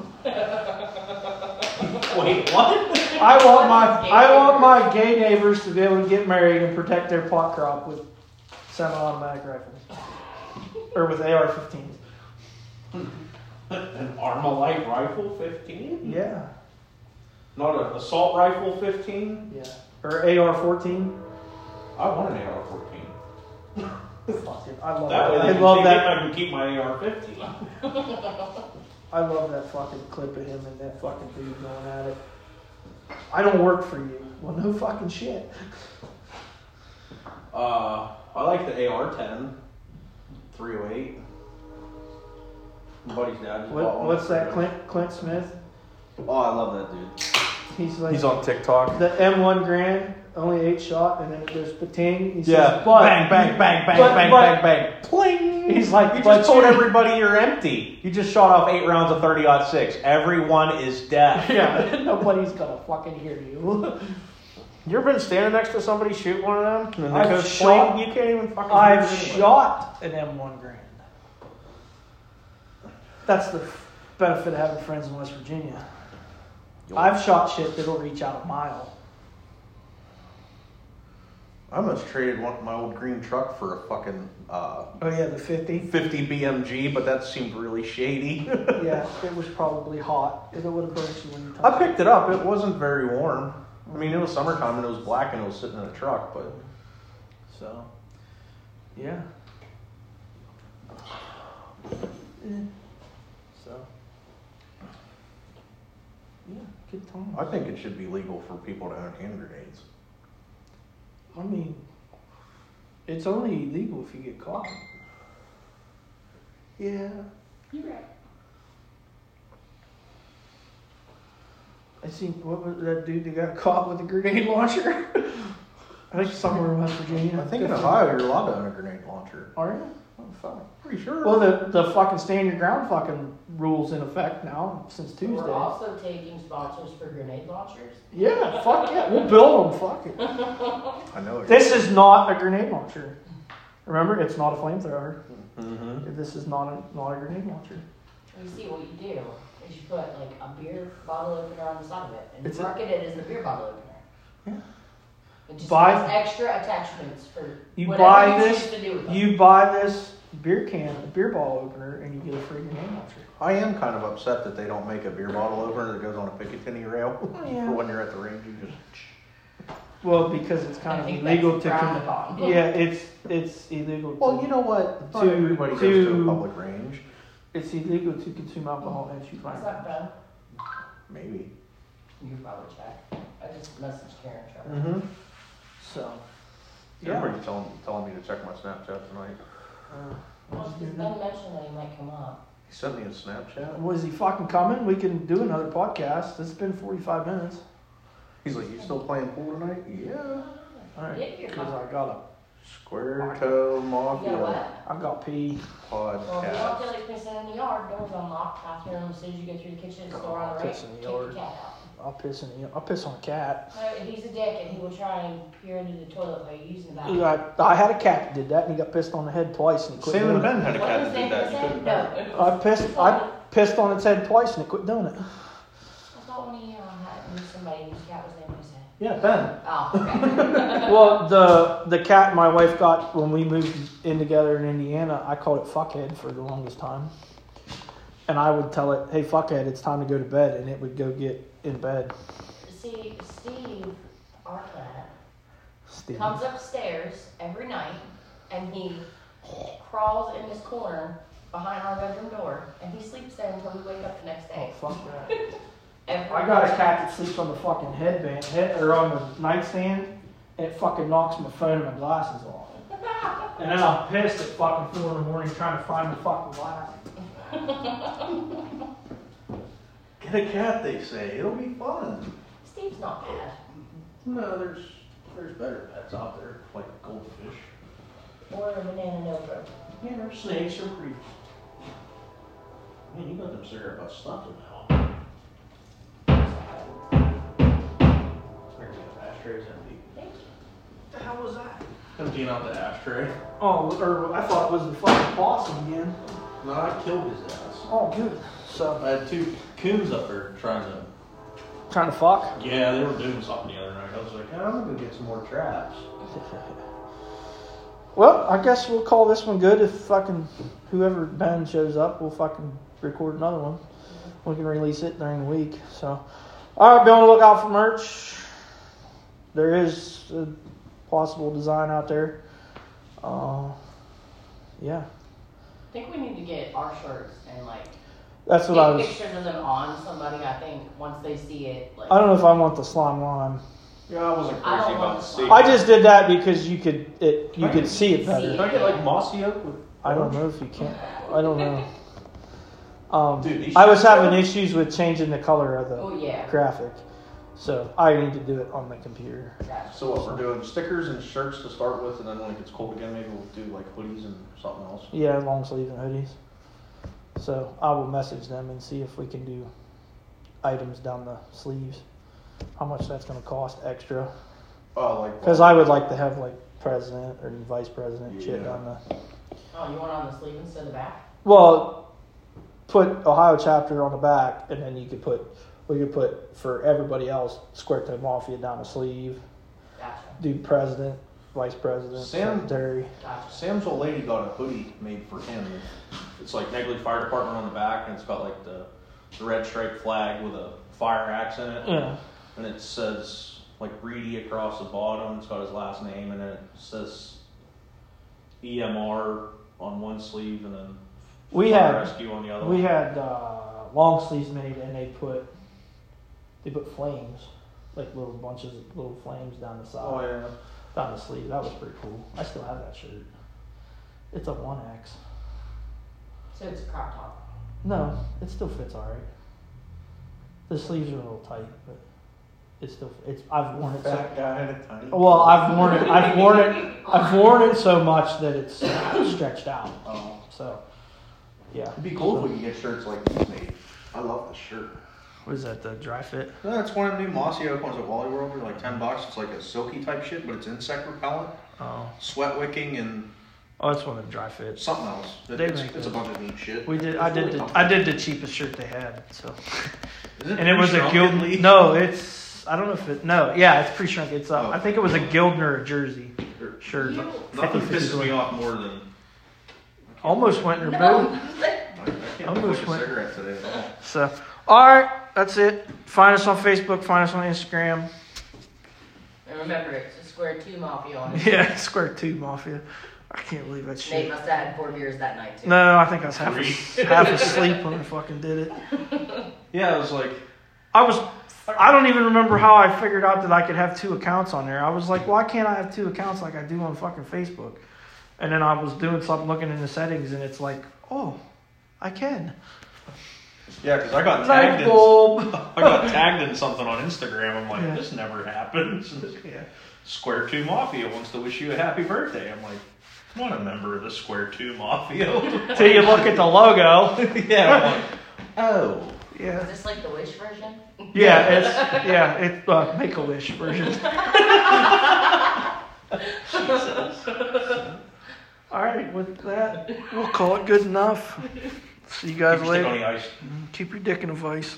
[SPEAKER 2] Wait, what?
[SPEAKER 1] I want my I want my gay neighbors to be able to get married and protect their pot crop with semi-automatic rifles or with AR-15s.
[SPEAKER 6] An Armalite rifle, fifteen.
[SPEAKER 1] Yeah.
[SPEAKER 6] Not an assault rifle, fifteen.
[SPEAKER 1] Yeah. Or AR-14.
[SPEAKER 6] I want an AR-14.
[SPEAKER 1] Fuck it, I love
[SPEAKER 6] That way,
[SPEAKER 1] that.
[SPEAKER 6] they
[SPEAKER 1] I
[SPEAKER 6] can
[SPEAKER 1] love
[SPEAKER 6] take
[SPEAKER 1] that.
[SPEAKER 6] it and I can keep my AR-15.
[SPEAKER 1] I love that fucking clip of him and that fucking dude going at it. I don't work for you. Well, no fucking shit.
[SPEAKER 2] Uh, I like the AR-10, 308. My oh buddy's dad just bought
[SPEAKER 1] What,
[SPEAKER 2] one.
[SPEAKER 1] what's that, Clint Clint Smith?
[SPEAKER 2] Oh, I love that dude.
[SPEAKER 1] He's like
[SPEAKER 2] on TikTok.
[SPEAKER 1] the M1 Grand, only eight shot, and then it goes pating. He
[SPEAKER 2] Yeah.
[SPEAKER 1] says, but
[SPEAKER 2] bang, bang, bang, bang,
[SPEAKER 1] but-
[SPEAKER 2] bang,
[SPEAKER 1] but-
[SPEAKER 2] bang, bang. Pling.
[SPEAKER 1] He's like,
[SPEAKER 2] you
[SPEAKER 1] but
[SPEAKER 2] just told
[SPEAKER 1] you-
[SPEAKER 2] everybody you're empty. You just shot off eight rounds of 30 odd six. Everyone is
[SPEAKER 1] (laughs)
[SPEAKER 2] dead.
[SPEAKER 1] Yeah, nobody's gonna fucking hear (laughs) you.
[SPEAKER 2] You ever been standing next to somebody shoot one of them? And
[SPEAKER 1] I've
[SPEAKER 2] they go
[SPEAKER 1] shot-
[SPEAKER 2] shot. You can't even fucking.
[SPEAKER 1] I've
[SPEAKER 2] hear them.
[SPEAKER 1] shot an M1 Grand. That's the benefit of having friends in West Virginia. I've shot shit that'll reach out a mile.
[SPEAKER 2] I almost traded one, my old green truck for a fucking uh,
[SPEAKER 1] Oh yeah, the 50.
[SPEAKER 2] 50 BMG, but that seemed really shady.
[SPEAKER 1] (laughs) Yeah, it was probably hot. It would have burnt you when you touched
[SPEAKER 2] I picked it up. It wasn't very warm. I mean, it was summertime and it was black and it was sitting in a truck, but
[SPEAKER 1] So, yeah. So, yeah, good time.
[SPEAKER 2] I think it should be legal for people to own hand grenades.
[SPEAKER 1] I mean, it's only illegal if you get caught.
[SPEAKER 2] Yeah.
[SPEAKER 4] You're right.
[SPEAKER 1] I seen what was that dude that got (laughs) caught with a grenade launcher? I think somewhere in West Virginia.
[SPEAKER 2] I think in Ohio you're allowed to own a grenade launcher.
[SPEAKER 1] Are you? Oh, fuck.
[SPEAKER 2] Pretty sure.
[SPEAKER 1] Well, the the fucking stand your ground fucking rules in effect now since Tuesday.
[SPEAKER 4] We're also taking sponsors for grenade launchers.
[SPEAKER 1] Yeah, fuck yeah, we'll build them. Fuck it.
[SPEAKER 2] I know. it.
[SPEAKER 1] This is not a grenade launcher. Remember, it's not a flamethrower.
[SPEAKER 2] Mm-hmm.
[SPEAKER 1] This is not a not a grenade launcher.
[SPEAKER 4] You see what you do is you put like a beer bottle opener on the side of it and
[SPEAKER 1] It's a-
[SPEAKER 4] market it as the beer bottle opener.
[SPEAKER 1] Yeah.
[SPEAKER 4] It just
[SPEAKER 1] Buy-
[SPEAKER 4] has extra attachments for
[SPEAKER 1] You
[SPEAKER 4] whatever
[SPEAKER 1] buy
[SPEAKER 4] you
[SPEAKER 1] this,
[SPEAKER 4] choose to do with them.
[SPEAKER 1] You buy this beer can, beer ball opener, and you get a free grenade launcher.
[SPEAKER 2] I am kind of upset that they don't make a beer bottle opener that goes on a Picatinny rail.
[SPEAKER 1] Oh,
[SPEAKER 2] (laughs)
[SPEAKER 1] Yeah.
[SPEAKER 2] For when you're at the range, you just.
[SPEAKER 1] Well, because it's
[SPEAKER 4] I
[SPEAKER 1] kind of
[SPEAKER 4] think
[SPEAKER 1] illegal
[SPEAKER 4] that's
[SPEAKER 1] to.
[SPEAKER 4] brown
[SPEAKER 1] Con-
[SPEAKER 4] bomb.
[SPEAKER 1] yeah, it's it's illegal. To,
[SPEAKER 2] Well, you know what? Not
[SPEAKER 1] To-
[SPEAKER 2] everybody goes to
[SPEAKER 1] to-
[SPEAKER 2] a public range.
[SPEAKER 1] it's illegal to consume alcohol and shoot
[SPEAKER 4] (laughs) What's
[SPEAKER 1] firearms.
[SPEAKER 4] up, bro?
[SPEAKER 2] Maybe.
[SPEAKER 4] You probably check. I just messaged Karen Trevor.
[SPEAKER 2] Mm-hmm.
[SPEAKER 1] So, yeah. Uh,
[SPEAKER 2] Everybody's telling, telling me to check my Snapchat tonight.
[SPEAKER 4] Well, she's been mentioned that he might come up.
[SPEAKER 2] He sent me a Snapchat.
[SPEAKER 1] Was uh, he fucking coming? We can do another podcast. It's been forty-five minutes.
[SPEAKER 2] He's like, "You still playing pool tonight?" Yeah.
[SPEAKER 1] All right.
[SPEAKER 4] Yeah, you're
[SPEAKER 1] Because
[SPEAKER 4] fine.
[SPEAKER 1] I got
[SPEAKER 2] Square Toe
[SPEAKER 4] You got
[SPEAKER 2] Mafia
[SPEAKER 4] what?
[SPEAKER 1] a, I got pee.
[SPEAKER 4] Well, if you don't feel
[SPEAKER 2] podcast.
[SPEAKER 4] like pissing in the yard, doors unlocked, bathroom, as soon as you go through the kitchen, it's door on the right,
[SPEAKER 1] Piss in the
[SPEAKER 4] kick
[SPEAKER 1] yard.
[SPEAKER 4] the cat out.
[SPEAKER 1] I'll piss in the, I'll piss on a cat.
[SPEAKER 4] No, he's a dick and he will try and peer into the toilet while you're using that.
[SPEAKER 1] I, I had a cat that did that, and he got pissed on the head twice, and he quit
[SPEAKER 2] Sam and
[SPEAKER 1] doing
[SPEAKER 2] Ben had a
[SPEAKER 4] What
[SPEAKER 2] cat
[SPEAKER 4] was
[SPEAKER 2] that did that. You
[SPEAKER 4] that?
[SPEAKER 2] couldn't remember.
[SPEAKER 1] it.
[SPEAKER 4] No.
[SPEAKER 1] I pissed, I pissed on its head twice, and it quit doing it.
[SPEAKER 4] I thought when he uh, had knew somebody whose cat was named Jose.
[SPEAKER 2] Yeah, Ben.
[SPEAKER 4] Oh, okay.
[SPEAKER 1] Well, the the cat my wife got when we moved in together in Indiana, I called it fuckhead for the longest time. And I would tell it, "Hey, fuckhead, it's time to go to bed," and it would go get in bed.
[SPEAKER 4] See, Steve, our cat,
[SPEAKER 1] Steve.
[SPEAKER 4] comes upstairs every night and he crawls in his corner behind our bedroom door and he sleeps there until we wake up the next
[SPEAKER 1] Oh
[SPEAKER 4] day.
[SPEAKER 1] fuck that!
[SPEAKER 4] Every
[SPEAKER 1] I got a cat that sleeps on the fucking headband, head or on the nightstand. And it fucking knocks my phone and my glasses off. And then I'm pissed at fucking four in the morning trying to find my fucking glasses.
[SPEAKER 2] Get a cat, they say. It'll be fun.
[SPEAKER 4] Steve's not bad.
[SPEAKER 2] No, there's there's better pets out there, like goldfish.
[SPEAKER 4] Or a banana notebook.
[SPEAKER 2] Yeah, there's snakes are pretty. Man, you got them cigarette butts stuffed in now. There we go. Ashtray's empty.
[SPEAKER 4] Thank you.
[SPEAKER 1] What the hell was that?
[SPEAKER 2] Emptying out the ashtray.
[SPEAKER 1] Oh, or I thought it was the fucking possum again.
[SPEAKER 2] No, I killed his ass.
[SPEAKER 1] Oh, good. So
[SPEAKER 2] I had two coons up there trying to.
[SPEAKER 1] trying to fuck.
[SPEAKER 2] Yeah, they were doing something the other night. I was like, "Yeah, I'm gonna go get some more traps.
[SPEAKER 1] Well, I guess we'll call this one good. If fucking whoever Ben shows up, we'll fucking record another one. We can release it during the week. So, all right, be on the lookout for merch. There is a possible design out there. Uh, yeah,
[SPEAKER 4] I think we need to get our shirts and like
[SPEAKER 1] that's what
[SPEAKER 4] get
[SPEAKER 1] I was.
[SPEAKER 4] pictures of them on somebody. I think once they see it, like
[SPEAKER 1] I don't know if I want the slime lime.
[SPEAKER 2] Yeah, I wasn't
[SPEAKER 4] I
[SPEAKER 2] crazy
[SPEAKER 4] don't
[SPEAKER 2] about
[SPEAKER 4] want
[SPEAKER 2] the
[SPEAKER 4] to-
[SPEAKER 2] sea.
[SPEAKER 1] I just did that because you could it you could see it better.
[SPEAKER 2] Did I get like mossy oak with?
[SPEAKER 1] I don't know if you can. I don't know. Um,
[SPEAKER 2] Dude, these
[SPEAKER 1] I was
[SPEAKER 2] shirts-
[SPEAKER 1] having issues with changing the color of the
[SPEAKER 4] oh yeah,
[SPEAKER 1] graphic, so I need to do it on the computer.
[SPEAKER 4] that's
[SPEAKER 2] So what we're doing? Stickers and shirts to start with, and then when it gets cold again, maybe we'll do like hoodies and something else.
[SPEAKER 1] Yeah, long sleeve and hoodies. So I will message them and see if we can do items down the sleeves. How much that's going to cost extra?
[SPEAKER 2] Oh, like
[SPEAKER 1] Because I would like to have like president or vice president shit
[SPEAKER 2] Yeah.
[SPEAKER 1] down the
[SPEAKER 4] Oh, you want on the sleeve instead of the back?
[SPEAKER 1] Well, put Ohio chapter on the back, and then you could put, we could put for everybody else, Square Toe Mafia down the sleeve,
[SPEAKER 4] Gotcha,
[SPEAKER 1] do president, vice president,
[SPEAKER 2] Sam-
[SPEAKER 1] secretary.
[SPEAKER 4] gotcha.
[SPEAKER 2] Sam's old lady got a hoodie made for him. It's like Negley Fire Department on the back, and it's got like the, the red striped flag with a fire axe in it,
[SPEAKER 1] Yeah.
[SPEAKER 2] and it says like Reedy across the bottom. It's got his last name, and then it says EMR on one sleeve, and then
[SPEAKER 1] We
[SPEAKER 2] Fire
[SPEAKER 1] had
[SPEAKER 2] rescue on the other.
[SPEAKER 1] we
[SPEAKER 2] one.
[SPEAKER 1] had uh, long sleeves made, and they put they put flames, like little bunches of little flames down the side,
[SPEAKER 2] Oh yeah.
[SPEAKER 1] down the sleeve. That was pretty cool. I still have that shirt. It's a one X.
[SPEAKER 4] So it's a crop top.
[SPEAKER 1] No, it still fits alright. The sleeves are a little tight, but it's still it's. I've worn it. So,
[SPEAKER 3] Fat guy at a tiny.
[SPEAKER 1] well, I've worn it. I've worn it. I've worn it so much that it's stretched out.
[SPEAKER 3] Oh.
[SPEAKER 1] So, yeah.
[SPEAKER 2] It'd be cool if we could get shirts like these made. I love this shirt.
[SPEAKER 1] What is that? The dry fit?
[SPEAKER 2] That's one of the new mossy oak ones at Wally World. They're like ten bucks. It's like a silky type shit, but it's insect repellent,
[SPEAKER 1] Oh,
[SPEAKER 2] sweat wicking, and
[SPEAKER 1] oh, that's one of the dry fits.
[SPEAKER 2] something else. It-
[SPEAKER 1] They
[SPEAKER 2] it's,
[SPEAKER 1] make
[SPEAKER 2] it's a
[SPEAKER 1] those.
[SPEAKER 2] bunch of neat shit.
[SPEAKER 1] We did. I did. The, I did the cheapest shirt they had. So,
[SPEAKER 2] Is
[SPEAKER 1] and it was a
[SPEAKER 2] pre-shrunk at
[SPEAKER 1] Guild.
[SPEAKER 2] least?
[SPEAKER 1] No, it's. I don't know if it. No, yeah, it's pre shrunk. It's. Uh,
[SPEAKER 2] Oh.
[SPEAKER 1] I think it was a Guildner jersey shirt.
[SPEAKER 4] You-
[SPEAKER 1] (laughs)
[SPEAKER 6] Nothing
[SPEAKER 1] 50,
[SPEAKER 6] pisses
[SPEAKER 1] 51.
[SPEAKER 6] me off more than
[SPEAKER 1] Almost went in her boot.
[SPEAKER 4] No,
[SPEAKER 2] I can't
[SPEAKER 1] I'm
[SPEAKER 2] smoke
[SPEAKER 1] just
[SPEAKER 2] a
[SPEAKER 1] went-
[SPEAKER 2] cigarette today at all.
[SPEAKER 1] So, all right, that's it. Find us on Facebook. Find us on Instagram. (laughs)
[SPEAKER 4] and remember, it's a square two mafia
[SPEAKER 1] (laughs)
[SPEAKER 4] on it.
[SPEAKER 1] Yeah, Square Two Mafia. I can't believe that
[SPEAKER 4] Nate
[SPEAKER 1] shit.
[SPEAKER 4] must have had four beers that night too.
[SPEAKER 1] No, I think I was half as- half asleep when I fucking did it.
[SPEAKER 6] yeah. I was like,
[SPEAKER 1] I was. I don't even remember how I figured out that I could have two accounts on there. I was like, why can't I have two accounts like I do on fucking Facebook? And then I was doing something, looking in the settings, and it's like, oh, I can.
[SPEAKER 6] yeah, because I
[SPEAKER 1] (laughs)
[SPEAKER 6] got
[SPEAKER 2] (laughs)
[SPEAKER 6] tagged.
[SPEAKER 1] Light
[SPEAKER 6] In,
[SPEAKER 1] bulb. (laughs)
[SPEAKER 6] I got tagged in something on Instagram. I'm like,
[SPEAKER 1] Yeah.
[SPEAKER 6] this never happens.
[SPEAKER 2] (laughs)
[SPEAKER 1] Yeah.
[SPEAKER 6] Square Two Mafia wants to wish you a happy birthday. I'm like, I'm not a member of the Square Two Mafia. (laughs)
[SPEAKER 1] Till you look at the logo. (laughs)
[SPEAKER 6] yeah. I'm like,
[SPEAKER 2] Oh.
[SPEAKER 1] Yeah.
[SPEAKER 4] Is this like the wish version?
[SPEAKER 1] Yeah. It's yeah. It's uh, Make a Wish version. All right. With that, we'll call it good enough. See you guys
[SPEAKER 6] keep your stick on
[SPEAKER 1] later.
[SPEAKER 6] the ice.
[SPEAKER 1] Keep your dick in a vice.